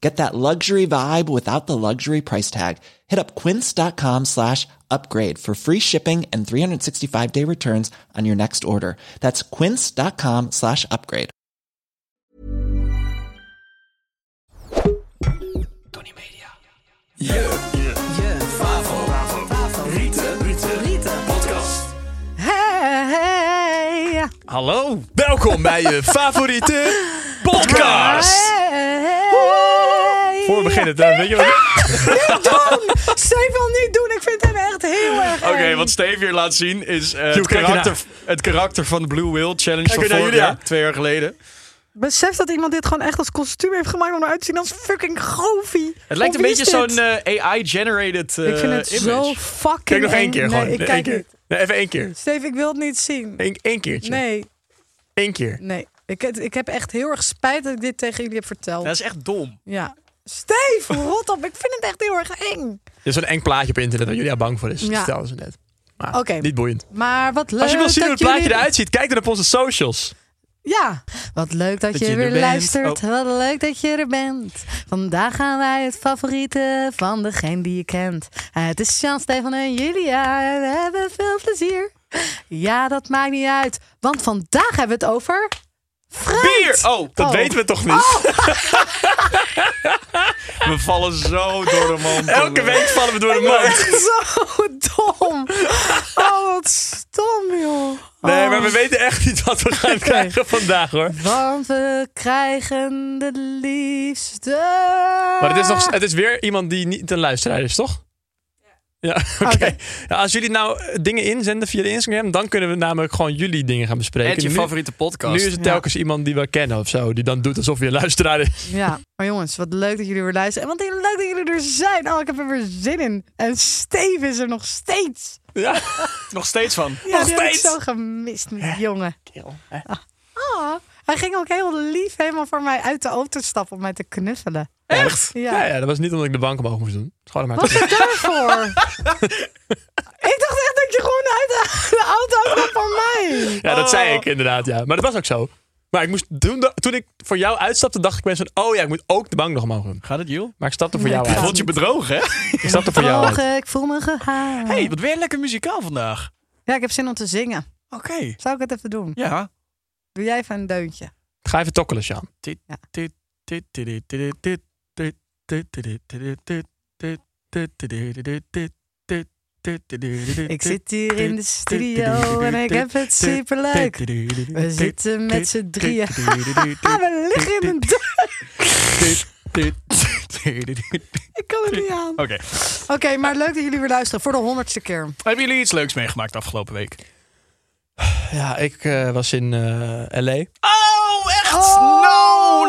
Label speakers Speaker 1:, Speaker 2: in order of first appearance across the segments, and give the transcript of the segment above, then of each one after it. Speaker 1: Get that luxury vibe without the luxury price tag. Hit up quince.com slash upgrade for free shipping and 365 day returns on your next order. That's quince.com slash upgrade. Tony Media.
Speaker 2: Hey.
Speaker 3: Hallo.
Speaker 4: Welkom bij je favoriete podcast.
Speaker 2: Hey.
Speaker 3: Voor we beginnen, Teun, weet je wat?
Speaker 2: Stefan niet doen. Ik vind hem echt heel erg.
Speaker 4: Oké,
Speaker 2: eng.
Speaker 4: wat Steve hier laat zien is eh,
Speaker 3: Joe,
Speaker 4: het,
Speaker 3: kijk
Speaker 4: karakter,
Speaker 3: ernaar.
Speaker 4: het karakter van de Blue Whale Challenge
Speaker 3: Kijk
Speaker 4: van
Speaker 3: ernaar,
Speaker 4: vorig
Speaker 3: Julia.
Speaker 4: jaar, twee jaar geleden.
Speaker 2: Besef dat iemand dit gewoon echt als kostuum heeft gemaakt om eruit te zien als fucking goofie.
Speaker 4: Het lijkt een
Speaker 2: Of Oh, wie
Speaker 4: beetje
Speaker 2: is dit?
Speaker 4: zo'n eh, AI-generated eh
Speaker 2: ik vind het
Speaker 4: image.
Speaker 2: zo fucking
Speaker 3: Kijk nog één keer
Speaker 2: eng.
Speaker 3: gewoon.
Speaker 2: Nee, ik
Speaker 3: Eén
Speaker 2: kijk
Speaker 3: keer.
Speaker 2: niet.
Speaker 3: Nee, even één keer.
Speaker 2: Steve, ik wil het niet zien.
Speaker 3: Eén, één keertje.
Speaker 2: Nee,
Speaker 3: Eén keer.
Speaker 2: nee. Ik, het- ik heb echt heel erg spijt dat ik dit tegen jullie heb verteld.
Speaker 4: Dat is echt dom.
Speaker 2: Ja. Steve, rot op. Ik vind het echt heel erg eng.
Speaker 3: Dit is een eng plaatje op internet waar Julia bang voor is.
Speaker 2: Ja.
Speaker 3: Dat Stelden ze net. Maar
Speaker 2: Oké.
Speaker 3: niet boeiend.
Speaker 2: Maar wat
Speaker 4: Eh,
Speaker 2: leuk
Speaker 3: Als je wil zien hoe
Speaker 2: dat
Speaker 3: het plaatje
Speaker 2: jullie-
Speaker 3: eruit ziet, kijk dan op onze socials.
Speaker 2: Ja, wat leuk dat,
Speaker 3: Dat
Speaker 2: je,
Speaker 3: je er
Speaker 2: weer
Speaker 3: bent.
Speaker 2: luistert.
Speaker 3: Oh.
Speaker 2: Wat leuk dat je er bent. Vandaag gaan wij het favoriete van degene die je kent. Eh, Het is Jean, Stefan en Julia. en We hebben veel plezier. Ja, dat maakt niet uit. Want vandaag hebben we het over...
Speaker 4: Bier! Oh,
Speaker 3: Dat
Speaker 2: Oh.
Speaker 3: weten we toch niet?
Speaker 4: we vallen zo door de mond.
Speaker 3: Elke week vallen we door de mand.
Speaker 2: Zo dom. Oh, wat stom, joh.
Speaker 3: Nee,
Speaker 2: Oh.
Speaker 3: maar we weten echt niet wat we gaan krijgen vandaag hoor.
Speaker 2: Want we krijgen de liefste...
Speaker 3: Maar het is, nog, het is weer iemand die niet een luisteraar is, toch? Ja, oké.
Speaker 2: Oké.
Speaker 3: Ja, als jullie nou eh, dingen inzenden via de Instagram, dan kunnen we namelijk gewoon jullie dingen gaan bespreken.
Speaker 4: Het je
Speaker 3: Nu-
Speaker 4: favoriete podcast.
Speaker 3: Nu is het telkens iemand die we kennen of zo, die dan doet alsof je een luisteraar is.
Speaker 2: Ja, maar jongens, wat leuk dat jullie weer luisteren. En wat leuk dat jullie er zijn. Oh, ik heb er weer zin in. En Steve is er nog steeds.
Speaker 3: Ja,
Speaker 4: nog steeds van.
Speaker 2: Ja,
Speaker 3: Nog
Speaker 2: die heb ik
Speaker 3: steeds?
Speaker 2: zo gemist, die jongen. Ah, hij ging ook heel lief helemaal voor mij uit de auto stappen om mij te knuffelen.
Speaker 3: echt?
Speaker 2: Ja.
Speaker 3: Ja. Ja, dat was niet omdat ik de bank omhoog moest doen. Het is Gewoon maar
Speaker 2: Wat is daarvoor? ik dacht echt dat je gewoon uit de, de auto kwam voor mij.
Speaker 3: Ja, dat zei ik inderdaad, ja. Maar dat was ook zo. Maar ik moest, toen, toen ik voor jou uitstapte, dacht ik mensen, oh ja, ik moet ook de bank nog omhoog doen.
Speaker 4: Gaat het, Jules?
Speaker 3: Maar ik stapte voor
Speaker 2: Nee,
Speaker 3: jou
Speaker 2: ik
Speaker 3: uit.
Speaker 2: vond
Speaker 4: Vond je bedrogen, hè?
Speaker 3: Ik stapte voor jou uit.
Speaker 2: Ogen, ik voel me gehaald.
Speaker 4: hey, wat ben je lekker muzikaal vandaag.
Speaker 2: Ja, ik heb zin om te zingen.
Speaker 4: Oké.
Speaker 2: Zou ik het even doen?
Speaker 4: Ja.
Speaker 2: Doe jij even een deuntje.
Speaker 3: Ga even tokkelen, Sjaan.
Speaker 2: Ik zit hier in de studio en ik heb het superleuk. We zitten met z'n drieën. Ah, we liggen in een deur. Ik kan het niet aan.
Speaker 4: Oké.
Speaker 2: Oké, maar leuk dat jullie weer luisteren voor de honderdste keer.
Speaker 4: Hebben jullie iets leuks meegemaakt afgelopen week?
Speaker 3: Ja, ik eh, was in eh, L.A.
Speaker 4: Oh, echt?
Speaker 2: Oh.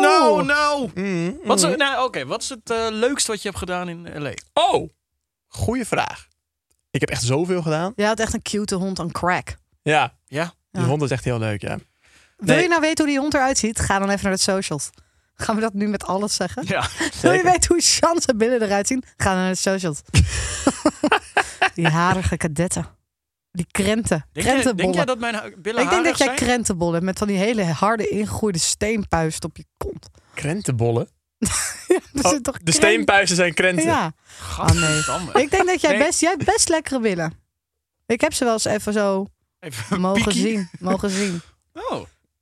Speaker 4: No, no, no. Wat is,
Speaker 3: Mm.
Speaker 4: het- nou, oké, wat is het eh, leukste wat je hebt gedaan in L.A.?
Speaker 3: Oh, goede vraag. Ik heb echt zoveel gedaan.
Speaker 2: Jij had echt een cute hond aan crack.
Speaker 3: Ja,
Speaker 4: Ja?
Speaker 3: die
Speaker 2: Ja.
Speaker 3: hond is echt heel leuk, ja.
Speaker 2: Wil je
Speaker 3: Nee.
Speaker 2: nou weten hoe die hond eruit ziet? Ga dan even naar de socials. Gaan we dat nu met alles zeggen?
Speaker 4: Ja.
Speaker 2: Wil je weten hoe Sean zijn billen eruit zien? Ga dan naar de socials. die harige kadetten. Die krenten.
Speaker 4: Denk jij, denk jij
Speaker 2: Krentenbollen.
Speaker 4: dat mijn ha- billen
Speaker 2: Ik denk dat
Speaker 4: harig
Speaker 2: jij
Speaker 4: zijn?
Speaker 2: krentenbollen hebt met van die hele harde ingegroeide steenpuist op je kont.
Speaker 3: Krentenbollen.
Speaker 2: Er
Speaker 3: Oh,
Speaker 2: zit toch
Speaker 3: de
Speaker 2: krent-
Speaker 3: steenpuizen zijn krenten.
Speaker 2: Ja. Ah, nee.
Speaker 4: Gadverdamme.
Speaker 2: Ik denk dat jij
Speaker 4: Nee.
Speaker 2: best, jij hebt best lekkere billen. Ik heb ze wel eens even zo
Speaker 4: Even een
Speaker 2: mogen
Speaker 4: piekie.
Speaker 2: zien, mogen zien.
Speaker 4: Oh,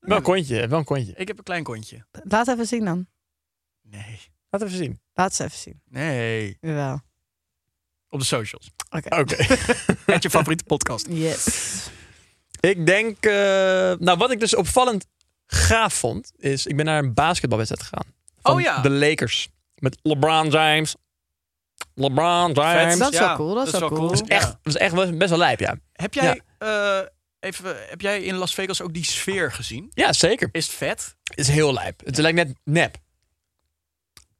Speaker 3: Wel een kontje, wel een kontje.
Speaker 4: ik heb een klein kontje.
Speaker 2: Laat even zien dan.
Speaker 4: Nee.
Speaker 3: Laten we even zien.
Speaker 2: Laat ze even zien.
Speaker 4: Nee.
Speaker 2: Jawel.
Speaker 4: Op de socials.
Speaker 2: Oké.
Speaker 3: Oké.
Speaker 4: Met je favoriete podcast.
Speaker 2: Yes.
Speaker 3: ik denk, eh, nou wat ik dus opvallend gaaf vond, is ik ben naar een basketbalwedstrijd gegaan. Van
Speaker 4: Oh ja.
Speaker 3: De Lakers. Met LeBron James. LeBron James.
Speaker 4: Vet,
Speaker 3: Dat
Speaker 2: dat is wel cool, dat is wel cool.
Speaker 3: is echt, dat is echt wel- best wel lijp, ja.
Speaker 4: Dus Heb jij, eh, even, heb jij in Las Vegas ook die sfeer gezien?
Speaker 3: Ja, zeker.
Speaker 4: Is het vet?
Speaker 3: Het is heel lijp. Het lijkt net nep.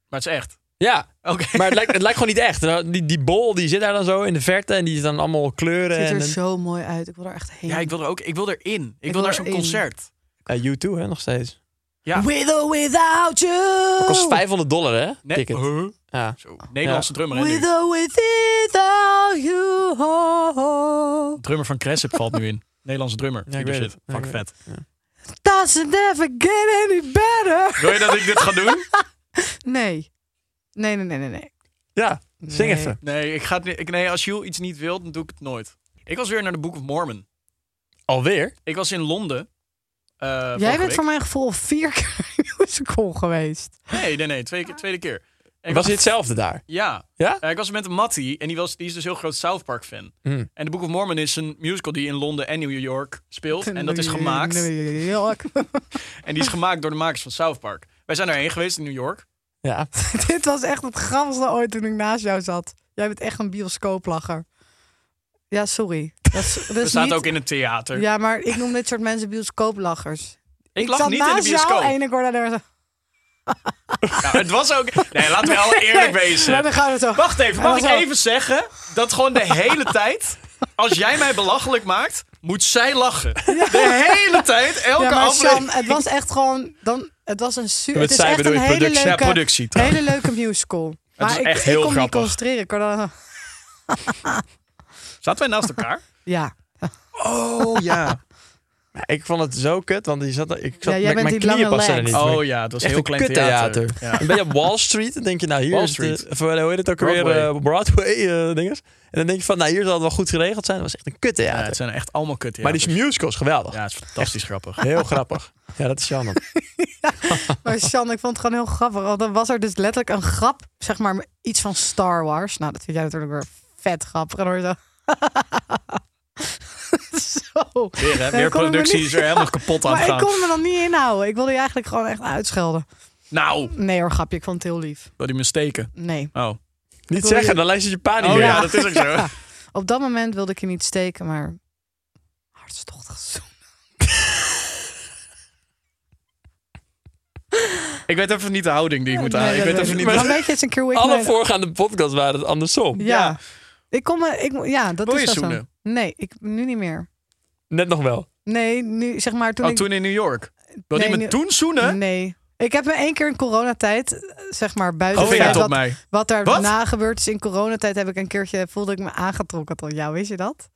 Speaker 4: Maar het is echt.
Speaker 3: Ja,
Speaker 4: Oké.
Speaker 3: maar het lijkt, het lijkt gewoon niet echt. Nou, Die, die bol die zit daar dan zo in de verte en die is dan allemaal kleuren.
Speaker 2: Het ziet
Speaker 3: en,
Speaker 2: er zo mooi uit. Ik wil er echt heen.
Speaker 4: Ja, ik wil er ook. Ik wil erin. Ik,
Speaker 2: Ik
Speaker 4: wil
Speaker 2: wil
Speaker 4: naar zo'n
Speaker 2: erin.
Speaker 4: concert.
Speaker 3: Ja, U2 hè, nog steeds.
Speaker 4: Ja.
Speaker 2: With or without you.
Speaker 3: Kost 500 dollar hè,
Speaker 4: Nee,
Speaker 3: ticket.
Speaker 4: huh?
Speaker 3: Ja.
Speaker 4: Zo, Nederlandse drummer. hè, nu.
Speaker 2: With or without you.
Speaker 4: drummer van Cressip valt nu in. Nederlandse drummer.
Speaker 3: Ja, ik
Speaker 4: Ieder
Speaker 3: weet
Speaker 4: shit.
Speaker 3: het.
Speaker 4: Fuck
Speaker 3: Ja, ik
Speaker 4: vet.
Speaker 2: Doesn't ever get any better.
Speaker 4: Wil je dat ik dit ga doen?
Speaker 2: Nee. Nee, nee, nee, nee. nee.
Speaker 3: Ja, zing
Speaker 2: Nee.
Speaker 3: even.
Speaker 4: Nee, ik ga het niet, ik, nee, als Jules iets niet wilt, dan doe ik het nooit. Ik was weer naar de Book of Mormon.
Speaker 3: Alweer?
Speaker 4: Ik was in Londen. eh, vorige
Speaker 2: Jij bent
Speaker 4: week.
Speaker 2: voor mijn gevoel vier keer in musical geweest.
Speaker 4: Nee, nee, nee. Tweede, keer- tweede keer. Ik
Speaker 3: Was hij hetzelfde daar?
Speaker 4: Ja.
Speaker 3: Ja?
Speaker 4: Eh, ik was met een Mattie en die, was, die is dus heel groot South Park fan.
Speaker 3: Hmm.
Speaker 4: En The Book of Mormon is een musical die in Londen en New York speelt. En dat is
Speaker 2: New
Speaker 4: gemaakt.
Speaker 2: York.
Speaker 4: En die is gemaakt door de makers van South Park. Wij zijn erheen geweest in New York.
Speaker 3: Ja.
Speaker 2: Dit was echt het grappigste ooit toen ik naast jou zat. Jij bent echt een bioscooplacher. Ja, sorry. Dat is, dat is
Speaker 4: We zaten
Speaker 2: niet-
Speaker 4: ook in het theater.
Speaker 2: Ja, maar ik noem dit soort mensen bioscooplachers.
Speaker 4: ik lag
Speaker 2: zat
Speaker 4: niet in de
Speaker 2: naast
Speaker 4: bioscoop.
Speaker 2: jou en ik hoorde daar zo...
Speaker 4: Nou, het was ook... Nee, laten we wel eerlijk wezen.
Speaker 2: Ja, dan gaan we zo.
Speaker 4: Wacht even, mag
Speaker 2: Hij
Speaker 4: ik
Speaker 2: was al-
Speaker 4: even zeggen dat gewoon de hele tijd, als jij mij belachelijk maakt, moet zij lachen. De hele tijd, elke
Speaker 2: Ja, maar Sam,
Speaker 4: aflevering.
Speaker 2: het was echt gewoon... Dan, het was een su-
Speaker 3: Met
Speaker 2: Het is
Speaker 3: zij
Speaker 2: echt
Speaker 3: bedoel
Speaker 2: een
Speaker 3: je
Speaker 2: hele
Speaker 3: productie.
Speaker 2: leuke,
Speaker 3: Ja,
Speaker 4: productie trouwens.
Speaker 2: hele leuke musical. Maar
Speaker 4: is
Speaker 2: ik,
Speaker 4: echt
Speaker 2: ik
Speaker 4: heel
Speaker 2: kon niet
Speaker 4: grappig.
Speaker 2: concentreren. Ik hoorde dan-
Speaker 4: Zaten wij naast elkaar?
Speaker 2: Ja.
Speaker 4: Oh ja.
Speaker 3: Ja, Ik vond het zo kut, want die zat, ik zat,
Speaker 2: jij
Speaker 3: mijn-
Speaker 2: bent
Speaker 3: mijn
Speaker 2: die
Speaker 3: knieën
Speaker 2: lange
Speaker 3: pasten er
Speaker 2: legs.
Speaker 3: niet.
Speaker 4: Oh ja, het was een heel klein theater.
Speaker 3: Dan ben je op Wall Street en denk je, nou hier
Speaker 4: Wall
Speaker 3: is de-
Speaker 4: Street.
Speaker 3: of, eh, hoe heet het ook weer,
Speaker 4: Broadway.
Speaker 3: eh, Broadway eh, dinges. En dan denk je van, nou hier zal het wel goed geregeld zijn. Dat was echt een kut
Speaker 4: Ja,
Speaker 3: theater.
Speaker 4: het zijn echt allemaal kut
Speaker 3: maar die musical is geweldig.
Speaker 4: Ja, het is fantastisch grappig.
Speaker 3: Heel grappig. Ja, dat is jammer.
Speaker 2: Maar Sjan, ik vond het gewoon heel grappig. Want dan was er dus letterlijk een grap, zeg maar iets van Star Wars. Nou, dat vind jij natuurlijk weer vet grappig. En dan hoor je zo. zo.
Speaker 4: Weer, hè?
Speaker 2: Nee,
Speaker 4: weer
Speaker 2: ik kon hem
Speaker 4: productie
Speaker 2: niet-
Speaker 4: is er helemaal kapot aan
Speaker 2: Maar
Speaker 4: het
Speaker 2: ik
Speaker 4: gaan.
Speaker 2: kon me dan niet inhouden. Ik wilde je eigenlijk gewoon echt uitschelden.
Speaker 4: Nou,
Speaker 2: Nee hoor, grapje. Ik vond het heel lief.
Speaker 4: wil die me steken?
Speaker 2: Nee.
Speaker 4: Oh. Oh
Speaker 3: niet zeggen, dan lees je je paniek
Speaker 4: ja,
Speaker 3: weer.
Speaker 2: Oh, ja.
Speaker 4: dat is ook zo.
Speaker 2: Op dat moment wilde ik je niet steken, maar... Hartstochtig zoen.
Speaker 4: Ik weet even niet de houding die ik moet
Speaker 2: Nee,
Speaker 4: halen. Ik
Speaker 2: dat
Speaker 4: weet
Speaker 2: weet
Speaker 4: even
Speaker 2: ik.
Speaker 4: niet...
Speaker 2: Maar dan weet je eens een keer hoe ik
Speaker 3: Alle
Speaker 2: me-
Speaker 3: voorgaande podcasts waren het andersom.
Speaker 2: Ja.
Speaker 4: Ja.
Speaker 2: Ik kom... me- Ik, ja, dat
Speaker 4: Wil je
Speaker 2: is wel zo.
Speaker 4: zoenen?
Speaker 2: Nee, ik, nu niet meer.
Speaker 3: Net nog wel.
Speaker 2: Nee, nu zeg maar toen
Speaker 4: Oh,
Speaker 2: ik...
Speaker 4: toen in New York. Wil die
Speaker 2: Nee,
Speaker 4: me
Speaker 2: nu-
Speaker 4: toen zoenen?
Speaker 2: Nee. Ik heb me één keer in coronatijd, eh, zeg maar, buiten
Speaker 4: Oh,
Speaker 2: het
Speaker 4: vinger
Speaker 2: feit
Speaker 4: tot
Speaker 2: wat,
Speaker 4: mij.
Speaker 2: wat daar
Speaker 4: Wat?
Speaker 2: na gebeurd is in coronatijd, heb ik een keertje, voelde ik me aangetrokken tot jou, wist je dat?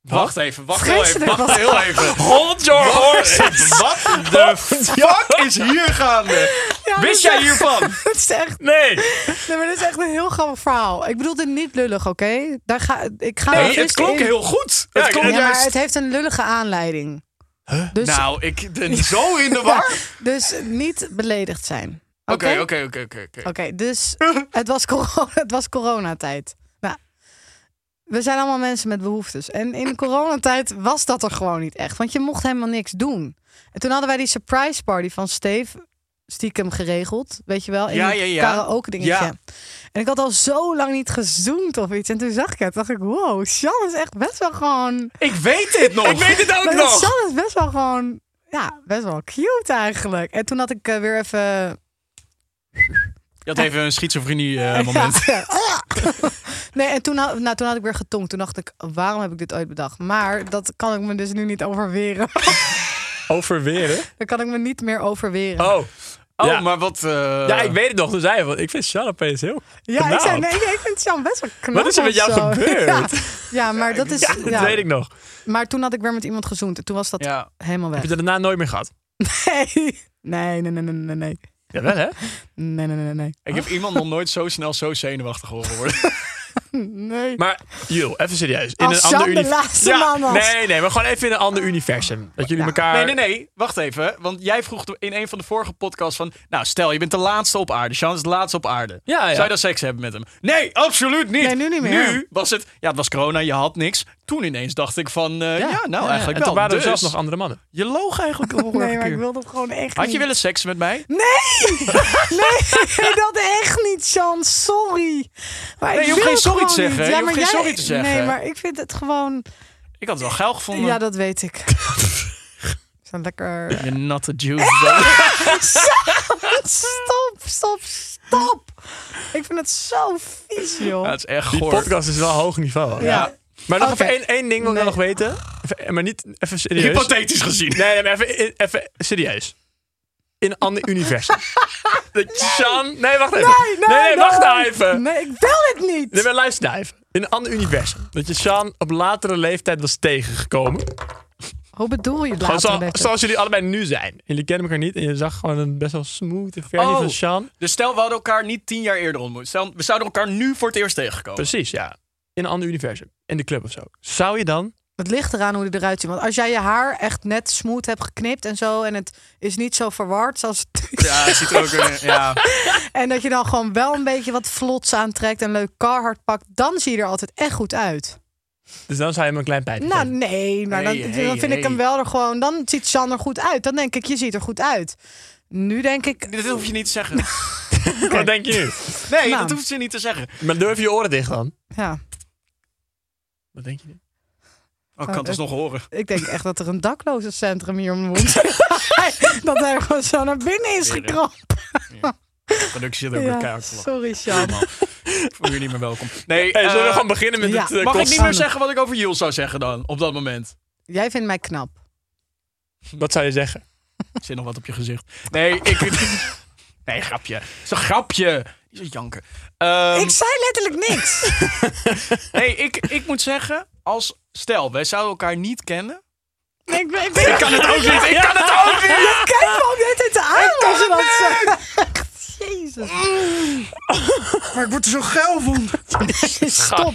Speaker 4: Wacht even, wacht heel even,
Speaker 2: Vreselijk
Speaker 4: wacht
Speaker 2: was-
Speaker 4: heel even.
Speaker 3: Hold your horses!
Speaker 4: Wat de fuck is hier gaande? Wist jij hiervan?
Speaker 2: Het is echt,
Speaker 3: Nee!
Speaker 2: nee, maar dit is echt een heel grappig verhaal. Ik bedoel dit niet lullig, oké? Daar ga, ik ga er
Speaker 4: Nee, het
Speaker 2: gist
Speaker 4: klonk
Speaker 2: in.
Speaker 4: heel goed.
Speaker 3: Ja,
Speaker 4: Het klonk
Speaker 2: Ja, maar
Speaker 4: juist...
Speaker 2: het heeft een lullige aanleiding. Dus,
Speaker 4: Nou, ik ben zo in de war.
Speaker 2: dus niet beledigd zijn. Oké,
Speaker 4: Oké, oké, oké, oké. oké.
Speaker 2: Oké, dus het was, corona, het was coronatijd. Nou, we zijn allemaal mensen met behoeftes. En in coronatijd was dat er gewoon niet echt. Want je mocht helemaal niks doen. En toen hadden wij die surprise party van Steve stiekem geregeld. Weet je wel, in
Speaker 4: Ja,
Speaker 2: die
Speaker 4: ja, ja.
Speaker 2: karaoke dingetje.
Speaker 4: Ja.
Speaker 2: En ik had al zo lang niet gezoomd of iets. En toen zag ik het, dacht ik, wow, Sjan is echt best wel gewoon...
Speaker 4: Ik weet dit nog.
Speaker 3: Ik weet het ook
Speaker 2: Maar
Speaker 3: nog!
Speaker 2: Sjan is best wel gewoon... Ja, best wel cute eigenlijk. En toen had ik eh, weer even
Speaker 4: Je had even een schizofrenie eh, moment.
Speaker 2: Ja. nee, en toen had, nou, toen had ik weer getongd. Toen dacht ik, waarom heb ik dit ooit bedacht? Maar dat kan ik me dus nu niet overweren.
Speaker 3: Overweren?
Speaker 2: Dat kan ik me niet meer overweren.
Speaker 3: Oh.
Speaker 4: Oh,
Speaker 3: Ja.
Speaker 4: maar wat... eh,
Speaker 3: Ja, ik weet het nog. Toen zei hij, van, ik vind Sean opeens heel...
Speaker 2: ja, ik, zei,
Speaker 3: knap.
Speaker 2: nee, ik vind Sjan best wel knap.
Speaker 3: Wat is er met
Speaker 2: of
Speaker 3: jou
Speaker 2: zo.
Speaker 3: gebeurd?
Speaker 2: Ja, Ja, maar dat is...
Speaker 3: Ja, dat
Speaker 2: dus- ja.
Speaker 3: weet ik nog.
Speaker 2: Maar toen had ik weer met iemand gezoend. En toen was dat
Speaker 4: Ja.
Speaker 2: helemaal
Speaker 3: Heb
Speaker 2: weg.
Speaker 3: je dat daarna nooit meer gehad?
Speaker 2: Nee. Nee, nee, nee, nee, nee, nee.
Speaker 3: Jawel, hè?
Speaker 2: Nee, nee, nee, nee, nee.
Speaker 4: Ik heb iemand nog nooit zo snel zo zenuwachtig horen worden.
Speaker 2: Nee.
Speaker 3: Maar, joh, even serieus. In
Speaker 2: Als
Speaker 3: een ander
Speaker 2: Sam de
Speaker 3: universum.
Speaker 2: laatste man was.
Speaker 3: Nee, nee, maar gewoon even in een ander universum. Dat jullie elkaar.
Speaker 4: Nee, nee, nee. Wacht even. Want jij vroeg in een van de vorige podcasts van... Nou, stel, je bent de laatste op aarde. Sean is de laatste op aarde.
Speaker 3: Ja, ja.
Speaker 4: Zou je dan seks hebben met hem? Nee, absoluut niet.
Speaker 2: Nee, nu niet meer.
Speaker 4: Nu was het... Ja, het was corona, je had niks. Toen ineens dacht ik van... eh, ja, nou, eigenlijk
Speaker 3: en
Speaker 4: wel.
Speaker 3: toen waren er
Speaker 4: Dus,
Speaker 3: zelfs nog andere mannen.
Speaker 4: Je loog eigenlijk al vorige
Speaker 2: Nee, maar ik
Speaker 4: keer.
Speaker 2: wil dat gewoon echt
Speaker 4: Had je
Speaker 2: niet.
Speaker 4: willen seks met mij?
Speaker 2: Nee! Nee, dat echt niet, Sean. Sorry. Maar ik
Speaker 4: Nee, je hoeft
Speaker 2: wil
Speaker 4: geen
Speaker 2: het
Speaker 4: sorry te
Speaker 2: gewoon niet.
Speaker 4: zeggen.
Speaker 2: Ja,
Speaker 4: Je hoeft
Speaker 2: maar
Speaker 4: geen
Speaker 2: jij-
Speaker 4: sorry te zeggen.
Speaker 2: Nee, maar ik vind het gewoon...
Speaker 4: Ik had het wel geil gevonden.
Speaker 2: Ja, dat weet ik. Zo lekker...
Speaker 4: Je natte juice.
Speaker 2: Stop, stop, stop! Ik vind het zo vies, joh.
Speaker 4: Ja, het is echt
Speaker 3: Die
Speaker 4: goor.
Speaker 3: podcast is wel hoog niveau. hè?
Speaker 2: Ja.
Speaker 3: Maar nog
Speaker 2: Oké.
Speaker 3: even één, één ding wil
Speaker 2: Nee.
Speaker 3: ik nog weten. Even- eh, maar niet even serieus.
Speaker 4: Hypothetisch gezien.
Speaker 3: Nee, nee, maar even, eh, even serieus. In een ander universum. Nee. Sean, nee, wacht even. wacht nou even.
Speaker 2: Nee, ik wil het niet.
Speaker 3: Nee, maar luister nou even. In een ander universum. Dat je Sean op latere leeftijd was tegengekomen.
Speaker 2: Hoe bedoel je
Speaker 3: Gewoon
Speaker 2: later?
Speaker 3: zo-
Speaker 2: lekker?
Speaker 3: zoals jullie allebei nu zijn. Jullie kennen elkaar niet en je zag gewoon een best wel smooth versie
Speaker 4: Oh.
Speaker 3: van Sean.
Speaker 4: Dus stel, we hadden elkaar niet tien jaar eerder ontmoet. Stel, we zouden elkaar nu voor het eerst tegenkomen.
Speaker 3: Precies, ja. In een ander universum. In de club of zo. Zou je dan...
Speaker 2: Het ligt eraan hoe die eruit ziet. Want als jij je haar echt net smooth hebt geknipt en zo... en het is niet zo verward zoals het
Speaker 4: Ja, het ziet er ook... een- Ja.
Speaker 2: En dat je dan gewoon wel een beetje wat vlots aantrekt... en leuk Carhartt pakt, dan zie je er altijd echt goed uit.
Speaker 3: Dus dan zou je hem een klein pijntje
Speaker 2: Nou,
Speaker 3: geven.
Speaker 2: nee, maar dan,
Speaker 4: Hey,
Speaker 2: dan
Speaker 4: hey,
Speaker 2: vind ik
Speaker 4: hey.
Speaker 2: hem wel er gewoon... dan ziet Sjan er goed uit. Dan denk ik, je ziet er goed uit. Nu denk ik...
Speaker 4: Dit hoef je niet te zeggen.
Speaker 3: Wat denk je nu?
Speaker 4: Nee,
Speaker 2: Nou.
Speaker 4: dat hoeft ze niet te zeggen. Oh,
Speaker 3: Maar durf je oren dicht dan?
Speaker 2: Ja,
Speaker 3: Wat denk je nu?
Speaker 4: Oh, ik kan het nog horen.
Speaker 2: ik denk echt dat er een daklozencentrum hier om de hoek is. dat hij gewoon zo naar binnen is
Speaker 4: Weer, hè?
Speaker 2: gekropt.
Speaker 4: Productie zit ook weer
Speaker 2: Ja,
Speaker 4: keihard te lachen.
Speaker 2: sorry, Sjan.
Speaker 4: Ik voel je niet meer welkom. Nee,
Speaker 3: Hey,
Speaker 4: eh,
Speaker 3: zullen we gewoon beginnen met
Speaker 2: ja.
Speaker 3: het eh,
Speaker 4: mag ik
Speaker 3: kost-
Speaker 4: niet meer
Speaker 2: Anne.
Speaker 4: zeggen wat ik over Jules zou zeggen dan, op dat moment?
Speaker 2: Jij vindt mij knap.
Speaker 3: Wat zou je zeggen?
Speaker 4: Er zit nog wat op je gezicht. Nee, ik... Nee, grapje. Het is een grapje. Die is een janken. Ehm,
Speaker 2: ik zei letterlijk niks.
Speaker 4: Nee, ik, ik moet zeggen, als... Stel, wij zouden elkaar niet kennen.
Speaker 2: Nee, ik ben, ik ben,
Speaker 4: kan het ook niet. Ik kan het ook niet.
Speaker 2: Kijk waarom jij dit aan als je dat zegt. Jezus.
Speaker 4: Maar ik word er zo geil van.
Speaker 2: Stop.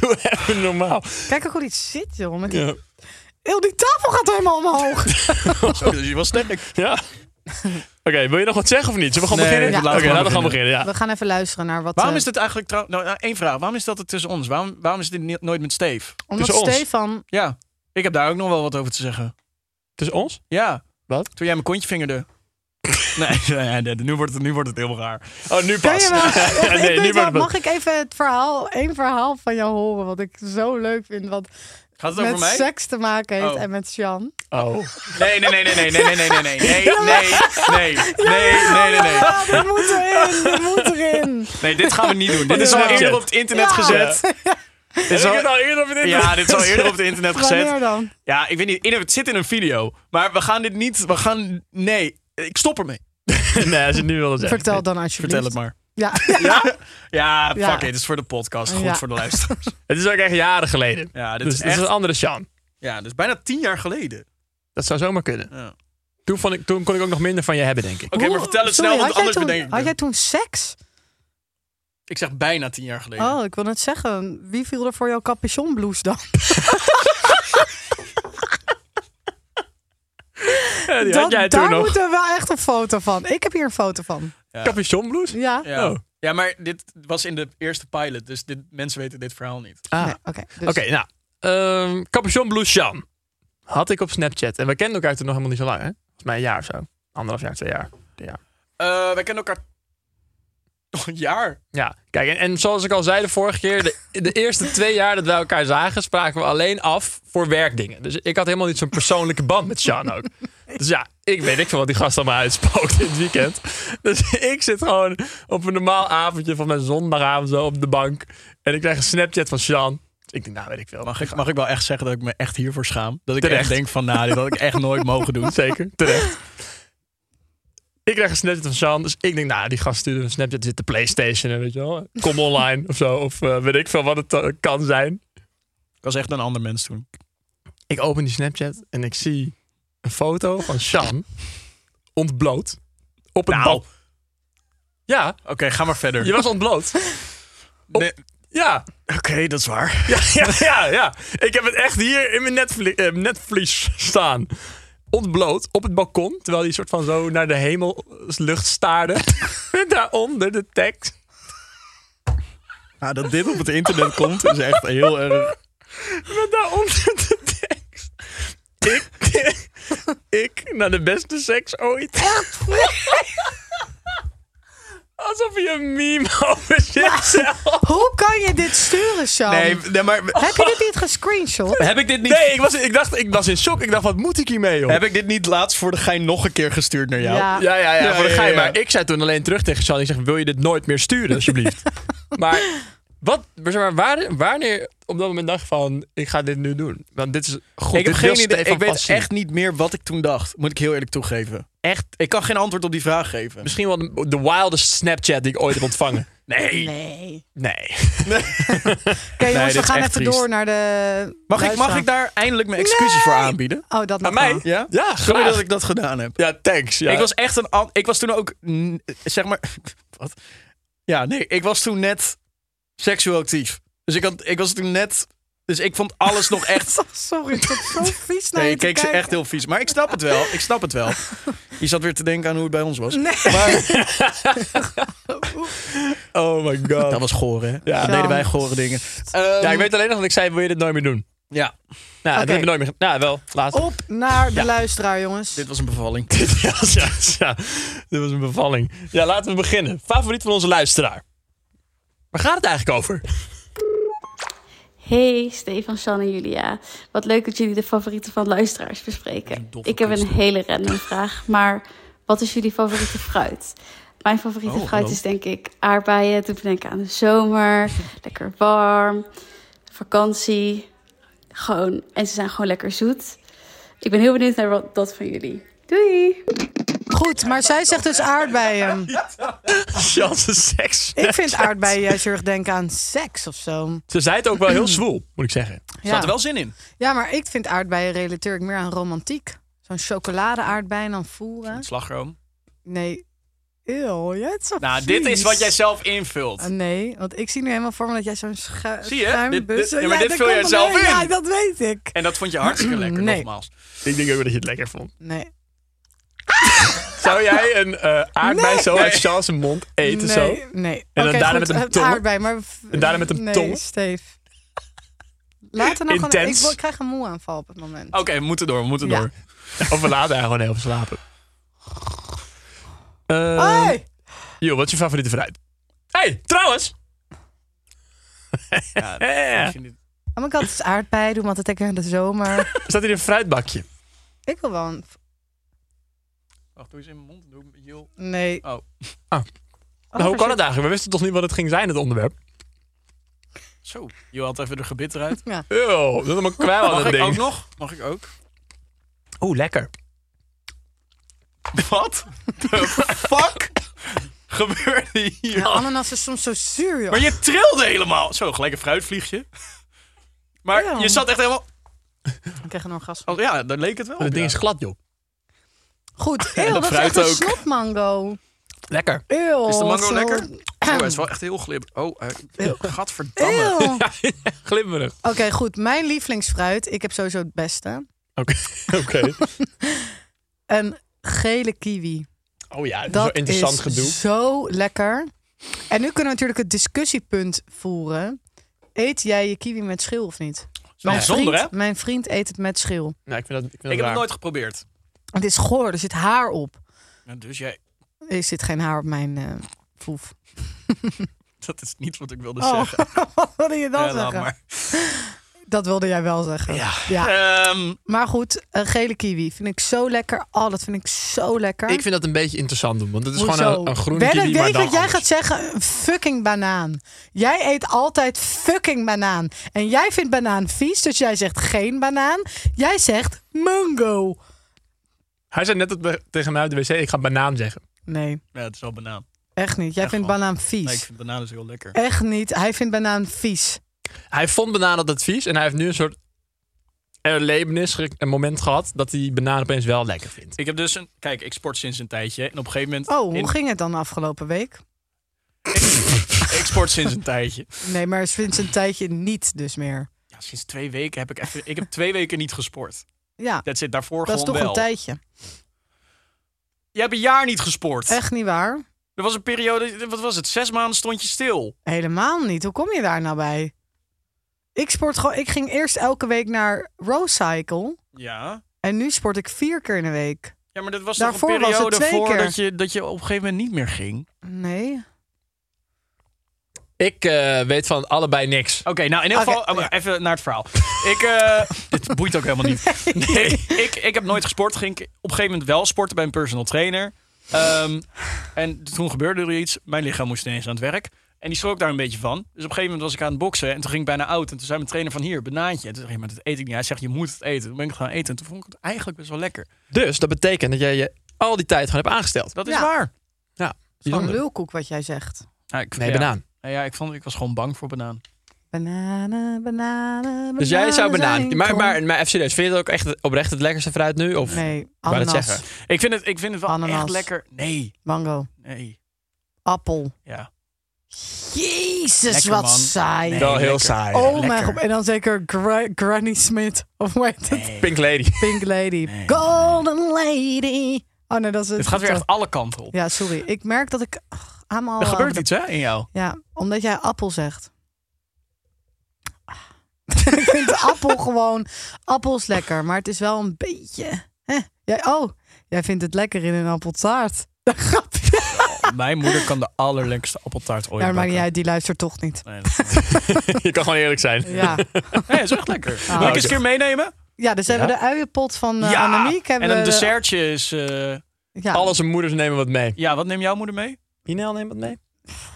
Speaker 3: Doe even normaal.
Speaker 2: Kijk ook hoe die zit, joh. Met die...
Speaker 3: Ja.
Speaker 2: Heel die tafel gaat helemaal omhoog.
Speaker 4: Zo, dus je was sterk.
Speaker 3: Ja. Oké, wil je nog wat zeggen of niet? Zullen we gewoon
Speaker 4: Nee,
Speaker 3: beginnen?
Speaker 4: laten we
Speaker 3: Oké,
Speaker 4: maar
Speaker 3: laten we gaan beginnen. Ja.
Speaker 2: We gaan even luisteren naar wat...
Speaker 4: Waarom
Speaker 2: eh,
Speaker 4: is dit eigenlijk trouw? Nou, nou, één vraag. Waarom is dat het tussen ons? Waarom, waarom is dit ni- nooit met Steve?
Speaker 2: Omdat
Speaker 3: tussen ons?
Speaker 2: Stefan...
Speaker 4: Ja, ik heb daar ook nog wel wat over te zeggen.
Speaker 3: Tussen ons?
Speaker 4: Ja.
Speaker 3: Wat?
Speaker 4: Toen jij mijn kontje vingerde. nee, nee, nee, nu wordt het, nu wordt het heel raar.
Speaker 3: Oh, nu
Speaker 2: Kan
Speaker 3: pas.
Speaker 2: je wel?
Speaker 3: Ja,
Speaker 2: Ik
Speaker 3: nee,
Speaker 2: weet
Speaker 3: nu
Speaker 2: wel,
Speaker 3: wordt het-
Speaker 2: mag ik even het verhaal, één verhaal van jou horen? Wat ik zo leuk vind. Wat
Speaker 4: Gaat het
Speaker 2: met
Speaker 4: over mij?
Speaker 2: seks te maken heeft
Speaker 4: Oh.
Speaker 2: en met Sjan.
Speaker 3: Oh.
Speaker 4: Nee, nee, nee, nee, nee, nee, nee, nee, nee, nee, nee, nee, nee, nee, nee, nee, nee.
Speaker 2: Ja, dit moet erin. Dit moet erin.
Speaker 4: Nee, dit gaan we niet doen. Dit is al eerder op het internet
Speaker 2: Ja.
Speaker 4: gezet. Dit is
Speaker 3: Is het
Speaker 4: al-
Speaker 3: nou eerder of dit?
Speaker 4: Ja, dit is al eerder op het internet gezet.
Speaker 2: Wanneer dan?
Speaker 4: Ja, ik weet niet. in- Het zit in een video. Maar we gaan dit niet. We gaan. Nee, ik stop ermee.
Speaker 3: Nee, als je het nu wilde zeggen.
Speaker 2: Vertel dan alsjeblieft.
Speaker 4: Vertel het maar.
Speaker 2: Ja.
Speaker 4: Ja, ja fuck
Speaker 2: Ja.
Speaker 4: it. Het is voor de podcast. Goed
Speaker 2: Ja.
Speaker 4: voor de luisteraars.
Speaker 3: Het is ook echt jaren geleden.
Speaker 4: Ja, dit
Speaker 3: dus
Speaker 4: is
Speaker 3: dit is
Speaker 4: echt-
Speaker 3: een andere Sean.
Speaker 4: Ja, dus bijna tien jaar geleden. Oké,
Speaker 3: Dat zou zomaar kunnen.
Speaker 4: Ja.
Speaker 3: Toen, vond ik, toen kon ik ook nog minder van je hebben, denk ik.
Speaker 4: maar
Speaker 2: Hoe-
Speaker 4: vertel het
Speaker 2: sorry,
Speaker 4: snel, want
Speaker 2: had jij
Speaker 4: anders
Speaker 2: toen-
Speaker 4: bedenk ik.
Speaker 2: Had
Speaker 4: het.
Speaker 2: jij toen seks?
Speaker 4: Ik zeg bijna tien jaar geleden.
Speaker 2: Oh, ik wil net zeggen. Wie viel er voor jouw capuchonblouse dan?
Speaker 3: Ja, die had
Speaker 2: Dat-
Speaker 3: jij
Speaker 2: daar
Speaker 3: toen nog.
Speaker 2: moeten we wel echt een foto van. Ik heb hier een foto van.
Speaker 3: Capuchon blouse?
Speaker 2: Ja.
Speaker 4: Ja.
Speaker 3: Oh.
Speaker 4: ja, maar dit was in de eerste pilot. Dus dit, mensen weten dit verhaal niet.
Speaker 3: Ah.
Speaker 2: Nee, Oké. dus-
Speaker 3: Oké, nou. ehm Capuchon Blue Sean. Had ik op Snapchat. En we kenden elkaar toen nog helemaal niet zo lang, hè? Volgens mij een jaar of zo. Anderhalf jaar, twee jaar. Drie jaar.
Speaker 4: Eh, wij kennen elkaar... Oh, een jaar.
Speaker 3: Ja, kijk, en, en zoals ik al zei de vorige keer, de, de eerste twee jaar dat wij elkaar zagen, spraken we alleen af voor werkdingen. Dus ik had helemaal niet zo'n persoonlijke band met Sean ook. Dus ja, ik weet ik veel wat die gast allemaal uitspookt in het weekend. Dus ik zit gewoon op een normaal avondje van mijn zondagavond zo op de bank. En ik krijg een Snapchat van Sean. Ik denk, nou weet ik veel.
Speaker 4: Mag ik, mag ik wel echt zeggen dat ik me echt hiervoor schaam? Dat ik echt
Speaker 3: Terecht.
Speaker 4: denk van, nou, dit had ik echt nooit mogen doen.
Speaker 3: Zeker, terecht. Ik krijg een Snapchat van Sean, dus ik denk, nou, die gast stuurde een Snapchat, zit de Playstation, en weet je wel. Kom online of zo, of eh, weet ik veel wat het eh, kan zijn.
Speaker 4: Ik was echt een ander mens toen.
Speaker 3: Ik open die Snapchat en ik zie een foto van Sean ontbloot op een
Speaker 4: Nou.
Speaker 3: bal. Ja,
Speaker 4: Oké, ga maar verder.
Speaker 3: je was ontbloot.
Speaker 4: Nee,
Speaker 3: Ja,
Speaker 5: Oké, dat is waar.
Speaker 3: ja, ja, ja, ja. Ik heb het echt hier in mijn netvlie- eh, netvlies staan. Ontbloot op het balkon, terwijl hij soort van zo naar de hemellucht staarde. Met daaronder de tekst.
Speaker 5: Nou, dat dit op het internet komt is echt heel erg.
Speaker 3: Met daaronder de tekst. Ik, ik naar de beste seks ooit. Alsof je een meme over zichzelf.
Speaker 2: Hoe kan je dit sturen, Sean?
Speaker 4: Nee, nee, maar
Speaker 2: Heb je dit niet gescreenshot?
Speaker 4: heb ik dit niet...
Speaker 3: Nee, ik, was, ik, dacht, ik was in shock. Ik dacht, wat moet ik hiermee, joh?
Speaker 5: Heb ik dit niet laatst voor de gein nog een keer gestuurd naar jou?
Speaker 2: Ja.
Speaker 3: Ja, ja, ja,
Speaker 5: Ja,
Speaker 3: voor de
Speaker 5: ja,
Speaker 3: gein.
Speaker 5: ja.
Speaker 3: Maar ik zei toen alleen terug tegen Sjan. Ik zeg, wil je dit nooit meer sturen, alsjeblieft? maar wat, maar zeg maar, waar, wanneer op dat moment dacht je van, ik ga dit nu doen? Want dit is, god,
Speaker 5: ik heb
Speaker 3: dit
Speaker 5: geen
Speaker 3: wil
Speaker 5: idee.
Speaker 3: Stefan
Speaker 5: Ik weet
Speaker 3: Passie.
Speaker 5: echt niet meer wat ik toen dacht. Moet ik heel eerlijk toegeven.
Speaker 3: echt
Speaker 5: Ik kan geen antwoord op die vraag geven.
Speaker 3: misschien wel de, de wildest Snapchat die ik ooit heb ontvangen. Nee.
Speaker 2: Nee.
Speaker 3: Nee.
Speaker 2: Oké, jongens,
Speaker 5: dit is
Speaker 2: we
Speaker 5: echt
Speaker 2: gaan even
Speaker 5: triest.
Speaker 2: door naar de.
Speaker 5: Mag ik, mag
Speaker 2: luisteraar.
Speaker 5: ik daar eindelijk mijn excuses voor aanbieden?
Speaker 2: Oh, dat mag
Speaker 3: Aan mij?
Speaker 2: wel.
Speaker 5: Ja?
Speaker 3: Ja,
Speaker 5: Sorry
Speaker 3: graag.
Speaker 5: dat ik dat gedaan heb.
Speaker 3: Ja, thanks. Ja.
Speaker 5: Ik was echt een. an- Ik was toen ook. mm, Zeg maar. Wat? Ja, nee. Ik was toen net seksueel actief. Dus ik, had, ik was toen net. Dus ik vond alles nog echt.
Speaker 2: Sorry, ik zat zo vies naar
Speaker 5: Nee,
Speaker 2: je
Speaker 5: ik
Speaker 2: te
Speaker 5: keek ze
Speaker 2: kijken.
Speaker 5: echt heel vies. Maar ik snap het wel. Ik snap het wel. Je zat weer te denken aan hoe het bij ons was.
Speaker 2: Nee.
Speaker 5: Maar
Speaker 3: oh my god.
Speaker 5: dat was goor, hè? Ja,
Speaker 2: Sam.
Speaker 5: deden wij gore dingen. Ehm,
Speaker 3: ja, ik weet alleen nog dat ik zei, wil je dit nooit meer doen?
Speaker 5: ja,
Speaker 3: Nou, dat
Speaker 2: Oké.
Speaker 3: heb ik nooit meer gedaan. Nou, wel, laatst.
Speaker 2: Op naar de luisteraar, jongens.
Speaker 5: dit was een bevalling.
Speaker 3: ja, ja, ja, dit was een bevalling. Ja, laten we beginnen. Favoriet van onze luisteraar. Waar gaat het eigenlijk over?
Speaker 6: Hey Stefan, Sjan en Julia. Wat leuk dat jullie de favorieten van luisteraars bespreken. Ik heb een hele random vraag, maar wat is jullie favoriete fruit? Mijn favoriete fruit is denk ik aardbeien. Toen denk ik aan de zomer, lekker warm, vakantie. Gewoon, en ze zijn gewoon lekker zoet. Ik ben heel benieuwd naar wat, dat van jullie. Doei!
Speaker 2: Goed, maar zij zegt dus aardbeien.
Speaker 3: Chance seks.
Speaker 2: Ik vind aardbeien juist heel erg denken aan seks of zo.
Speaker 3: Ze zei het ook wel heel zwoel, moet ik zeggen.
Speaker 5: Er zat
Speaker 2: Ja,
Speaker 5: er wel zin in.
Speaker 2: ja maar ik vind aardbeien relateer ik meer aan romantiek. Zo'n chocolade-aardbeien dan voeren.
Speaker 4: Slagroom.
Speaker 2: Nee. Eeuw, jij het zo
Speaker 4: Nou, dit is
Speaker 2: vies.
Speaker 4: wat jij zelf invult.
Speaker 3: Eh,
Speaker 2: Ah, Nee, want ik zie nu helemaal voor me dat jij zo'n schu-
Speaker 4: Zie je?
Speaker 2: schuimbus-
Speaker 4: Dit- dit- ja, maar dit
Speaker 2: daar
Speaker 4: vul jij
Speaker 2: komt
Speaker 4: zelf
Speaker 2: hem in.
Speaker 4: in.
Speaker 2: Ja, dat weet ik.
Speaker 4: En dat vond je hartstikke lekker,
Speaker 2: Nee.
Speaker 4: nogmaals.
Speaker 3: Ik denk ook wel dat je het lekker vond.
Speaker 2: Nee.
Speaker 3: Zou jij een eh aardbei
Speaker 2: Nee.
Speaker 3: zo uit Charles' mond eten
Speaker 2: nee,
Speaker 3: zo?
Speaker 2: Nee.
Speaker 3: dan
Speaker 2: Oké,
Speaker 3: daarna
Speaker 2: goed,
Speaker 3: met een
Speaker 2: het
Speaker 3: tong.
Speaker 2: aardbei, maar...
Speaker 3: En daarna met een
Speaker 2: nee,
Speaker 3: tong.
Speaker 2: Steef. Laat er nou gewoon... Ik,
Speaker 3: Intens. Oh.
Speaker 2: wil- ik krijg een moe aanval op het moment.
Speaker 4: Oké, we moeten door, we moeten
Speaker 2: Ja.
Speaker 4: door.
Speaker 3: Of we laten haar gewoon heel veel slapen. Eh,
Speaker 2: Hoi! Oh,
Speaker 3: Joh, wat is je favoriete fruit? hey, trouwens.
Speaker 4: Ik vind dit-
Speaker 2: Oh, maar ik had het aardbei doen, want het denk ik aan de zomer.
Speaker 3: Staat hier een fruitbakje? Nou,
Speaker 2: ik wil wel een...
Speaker 4: Wacht, doe eens in mijn mond. Doe een heel-
Speaker 2: Nee.
Speaker 4: Oh.
Speaker 3: Ah.
Speaker 2: Oh,
Speaker 3: nou, hoe kan
Speaker 2: verzin-
Speaker 3: het eigenlijk? We wisten toch niet wat het ging zijn, het onderwerp?
Speaker 4: Zo, je had even de gebit eruit.
Speaker 3: Yo, dat is allemaal kwijl aan
Speaker 4: Mag
Speaker 3: Oh, dat
Speaker 4: ik Oh, ook
Speaker 3: ding.
Speaker 4: nog? Mag ik ook?
Speaker 3: Oeh, lekker.
Speaker 4: Wat? The fuck gebeurde hier?
Speaker 2: Ja, ananas is soms zo zuur, joh.
Speaker 4: Maar je trilde helemaal. Zo, gelijk een fruitvliegje. Maar
Speaker 2: Ja.
Speaker 4: je zat echt helemaal...
Speaker 2: Ik krijg een orgasme.
Speaker 4: Oh, ja, daar leek het wel
Speaker 3: Dat
Speaker 4: op,
Speaker 3: ding
Speaker 4: ja.
Speaker 3: is glad, joh.
Speaker 2: Goed. Eeuw, dat is
Speaker 4: fruit
Speaker 2: echt een
Speaker 4: ook.
Speaker 2: snotmango.
Speaker 3: Lekker.
Speaker 2: Eeuw.
Speaker 4: Is de mango
Speaker 2: wat zo-
Speaker 4: lekker? Oh, hij is wel echt heel glib. Oh, eh, gadverdamme.
Speaker 2: Eeuw. Oké,
Speaker 3: Glimmerig.
Speaker 2: goed. Mijn lievelingsfruit. Ik heb sowieso het beste.
Speaker 3: Oké. Oké.
Speaker 2: Een gele kiwi.
Speaker 3: Oh ja, dat
Speaker 2: Dat
Speaker 3: is wel interessant
Speaker 2: is
Speaker 3: gedoe.
Speaker 2: zo lekker. En nu kunnen we natuurlijk het discussiepunt voeren. Eet jij je kiwi met schil of niet? Mijn
Speaker 4: bijzonder,
Speaker 2: vriend, Mijn vriend eet het met schil.
Speaker 3: Nou, ik vind dat, ik vind dat
Speaker 4: Ik heb
Speaker 3: raar.
Speaker 4: het nooit geprobeerd.
Speaker 2: Het is goor, er zit haar op.
Speaker 4: Ja, Dus jij...
Speaker 2: Er zit geen haar op mijn eh voef.
Speaker 4: Dat is niet wat ik wilde
Speaker 2: Oh,
Speaker 4: zeggen.
Speaker 2: Wat wilde je dan
Speaker 4: Ja, laat
Speaker 2: zeggen?
Speaker 4: maar.
Speaker 2: Dat wilde jij wel zeggen.
Speaker 4: Ja.
Speaker 2: Ja.
Speaker 4: Ehm,
Speaker 2: Maar goed, een gele kiwi vind ik zo lekker. Oh, dat vind ik zo lekker.
Speaker 3: Ik vind dat een beetje interessant doen, want het is
Speaker 2: Hoezo?
Speaker 3: gewoon een, een groene
Speaker 2: Wedden,
Speaker 3: kiwi,
Speaker 2: weet
Speaker 3: maar
Speaker 2: je
Speaker 3: dan
Speaker 2: wat jij
Speaker 3: anders.
Speaker 2: gaat zeggen? Een Fucking banaan. Jij eet altijd fucking banaan. En jij vindt banaan vies, dus jij zegt geen banaan. Jij zegt mango.
Speaker 3: Hij zei net op de- tegen mij uit de wc, ik ga banaan zeggen.
Speaker 2: Nee,
Speaker 4: ja, het is wel banaan.
Speaker 2: echt niet. Jij
Speaker 4: Echt
Speaker 2: vindt
Speaker 4: wel.
Speaker 2: banaan vies.
Speaker 4: Nee, ik vind banaan dus heel lekker.
Speaker 2: Echt niet. Hij vindt banaan vies.
Speaker 3: Hij vond banaan altijd vies en hij heeft nu een soort erlevenis, ge- een moment gehad dat hij banaan opeens wel lekker vindt.
Speaker 4: Ik heb dus een... Kijk, ik sport sinds een tijdje. En op een gegeven moment...
Speaker 2: Oh, hoe
Speaker 4: in-
Speaker 2: Oh, ging het dan afgelopen week?
Speaker 4: Ik sport sinds een tijdje.
Speaker 2: Nee, maar sinds een tijdje niet dus meer.
Speaker 4: Ja, sinds twee weken heb ik even... Ik heb twee weken niet gesport.
Speaker 2: Ja,
Speaker 4: Dat zit daarvoor
Speaker 2: dat is
Speaker 4: gewoon
Speaker 2: toch
Speaker 4: wel.
Speaker 2: een tijdje.
Speaker 4: Je hebt een jaar niet gesport.
Speaker 2: Echt niet waar?
Speaker 4: Er was een periode... Wat was het? Zes maanden stond je stil.
Speaker 2: Helemaal niet. Hoe kom je daar nou bij? Ik sport gewoon. Ik ging eerst elke week naar Row Cycle.
Speaker 4: Ja.
Speaker 2: En nu sport ik vier keer in de week.
Speaker 4: Ja, maar dat was
Speaker 2: Daarvoor
Speaker 4: toch een
Speaker 2: was het
Speaker 4: periode
Speaker 2: twee keer.
Speaker 4: voordat je, dat je op een gegeven moment niet meer ging?
Speaker 2: Nee.
Speaker 3: Ik eh, weet van allebei niks.
Speaker 4: Oké, nou in ieder
Speaker 2: Oké,
Speaker 4: geval oh, maar even naar het verhaal. ik, eh het boeit ook helemaal niet. Nee. ik, ik heb nooit gesport. Ging ik op een gegeven moment wel sporten bij een personal trainer. Ehm, en toen gebeurde er iets. Mijn lichaam moest ineens aan het werk. En die schrok daar een beetje van. Dus op een gegeven moment was ik aan het boksen. En toen ging ik bijna oud. En toen zei mijn trainer van hier, banaantje. En toen zeg je, maar dat eet ik niet. Hij zegt, je moet het eten. Toen ben ik gaan eten. En toen vond ik het eigenlijk best wel lekker.
Speaker 3: Dus dat betekent dat jij je al die tijd gewoon hebt aangesteld.
Speaker 4: Dat is
Speaker 2: Ja.
Speaker 4: waar.
Speaker 3: Ja,
Speaker 2: Gewoon
Speaker 3: bijzonder.
Speaker 2: lulkoek wat jij zegt.
Speaker 4: Ja, ik,
Speaker 3: Nee,
Speaker 4: ja.
Speaker 3: banaan.
Speaker 4: Ja, ja, ik, vond, ik was gewoon bang voor banaan.
Speaker 2: Bananen, bananen, bananen.
Speaker 3: Dus jij zou
Speaker 2: zijn
Speaker 3: banaan. Maar,
Speaker 2: kom.
Speaker 3: maar, maar even serieus, vind je het ook echt oprecht het lekkerste fruit nu? Of?
Speaker 2: Nee,
Speaker 3: wou net
Speaker 2: ananas,
Speaker 3: zeggen.
Speaker 4: Ik vind het, ik vind het wel echt
Speaker 2: Ananas.
Speaker 4: lekker. Nee,
Speaker 2: mango,
Speaker 4: nee.
Speaker 2: appel.
Speaker 4: Ja.
Speaker 2: Jezus,
Speaker 4: Lekker,
Speaker 2: wat
Speaker 4: man.
Speaker 2: saai.
Speaker 4: Nee,
Speaker 3: Wel heel
Speaker 4: lekker.
Speaker 3: saai.
Speaker 2: oh mijn
Speaker 4: lekker.
Speaker 2: god. En dan zeker Gra- Granny Smith. Of hoe heet het?
Speaker 4: Nee.
Speaker 3: Pink Lady.
Speaker 2: Pink Lady.
Speaker 4: Nee.
Speaker 2: Golden Lady. Oh nee, dat is het.
Speaker 4: Het gaat weer echt alle kanten op.
Speaker 2: Ja, sorry. Ik merk dat ik... ach, I'm all over
Speaker 4: Er gebeurt
Speaker 2: the
Speaker 4: iets, hè, in jou.
Speaker 2: Ja, omdat jij appel zegt. Ah. ik vind de appel gewoon... Appels lekker, maar het is wel een beetje... Hè? Jij, oh, jij vindt het lekker in een appeltaart. Dat grapje.
Speaker 4: Mijn moeder kan de allerlekkerste appeltaart ooit
Speaker 2: Ja, maar maakt
Speaker 4: bakken.
Speaker 2: niet uit, die luistert toch niet.
Speaker 4: Nee, dat is niet.
Speaker 3: Je kan gewoon eerlijk zijn.
Speaker 2: Ja,
Speaker 4: Nee, is echt lekker. Moet ik eens een keer meenemen?
Speaker 2: Ah. ja dus hebben we de uienpot van eh, Annemiek. Hebben
Speaker 4: En een
Speaker 2: we de-
Speaker 4: dessertje is... eh,
Speaker 2: Ja,
Speaker 3: Alles en moeders nemen wat mee.
Speaker 4: Ja, wat neemt jouw moeder mee?
Speaker 3: Inel neemt wat mee.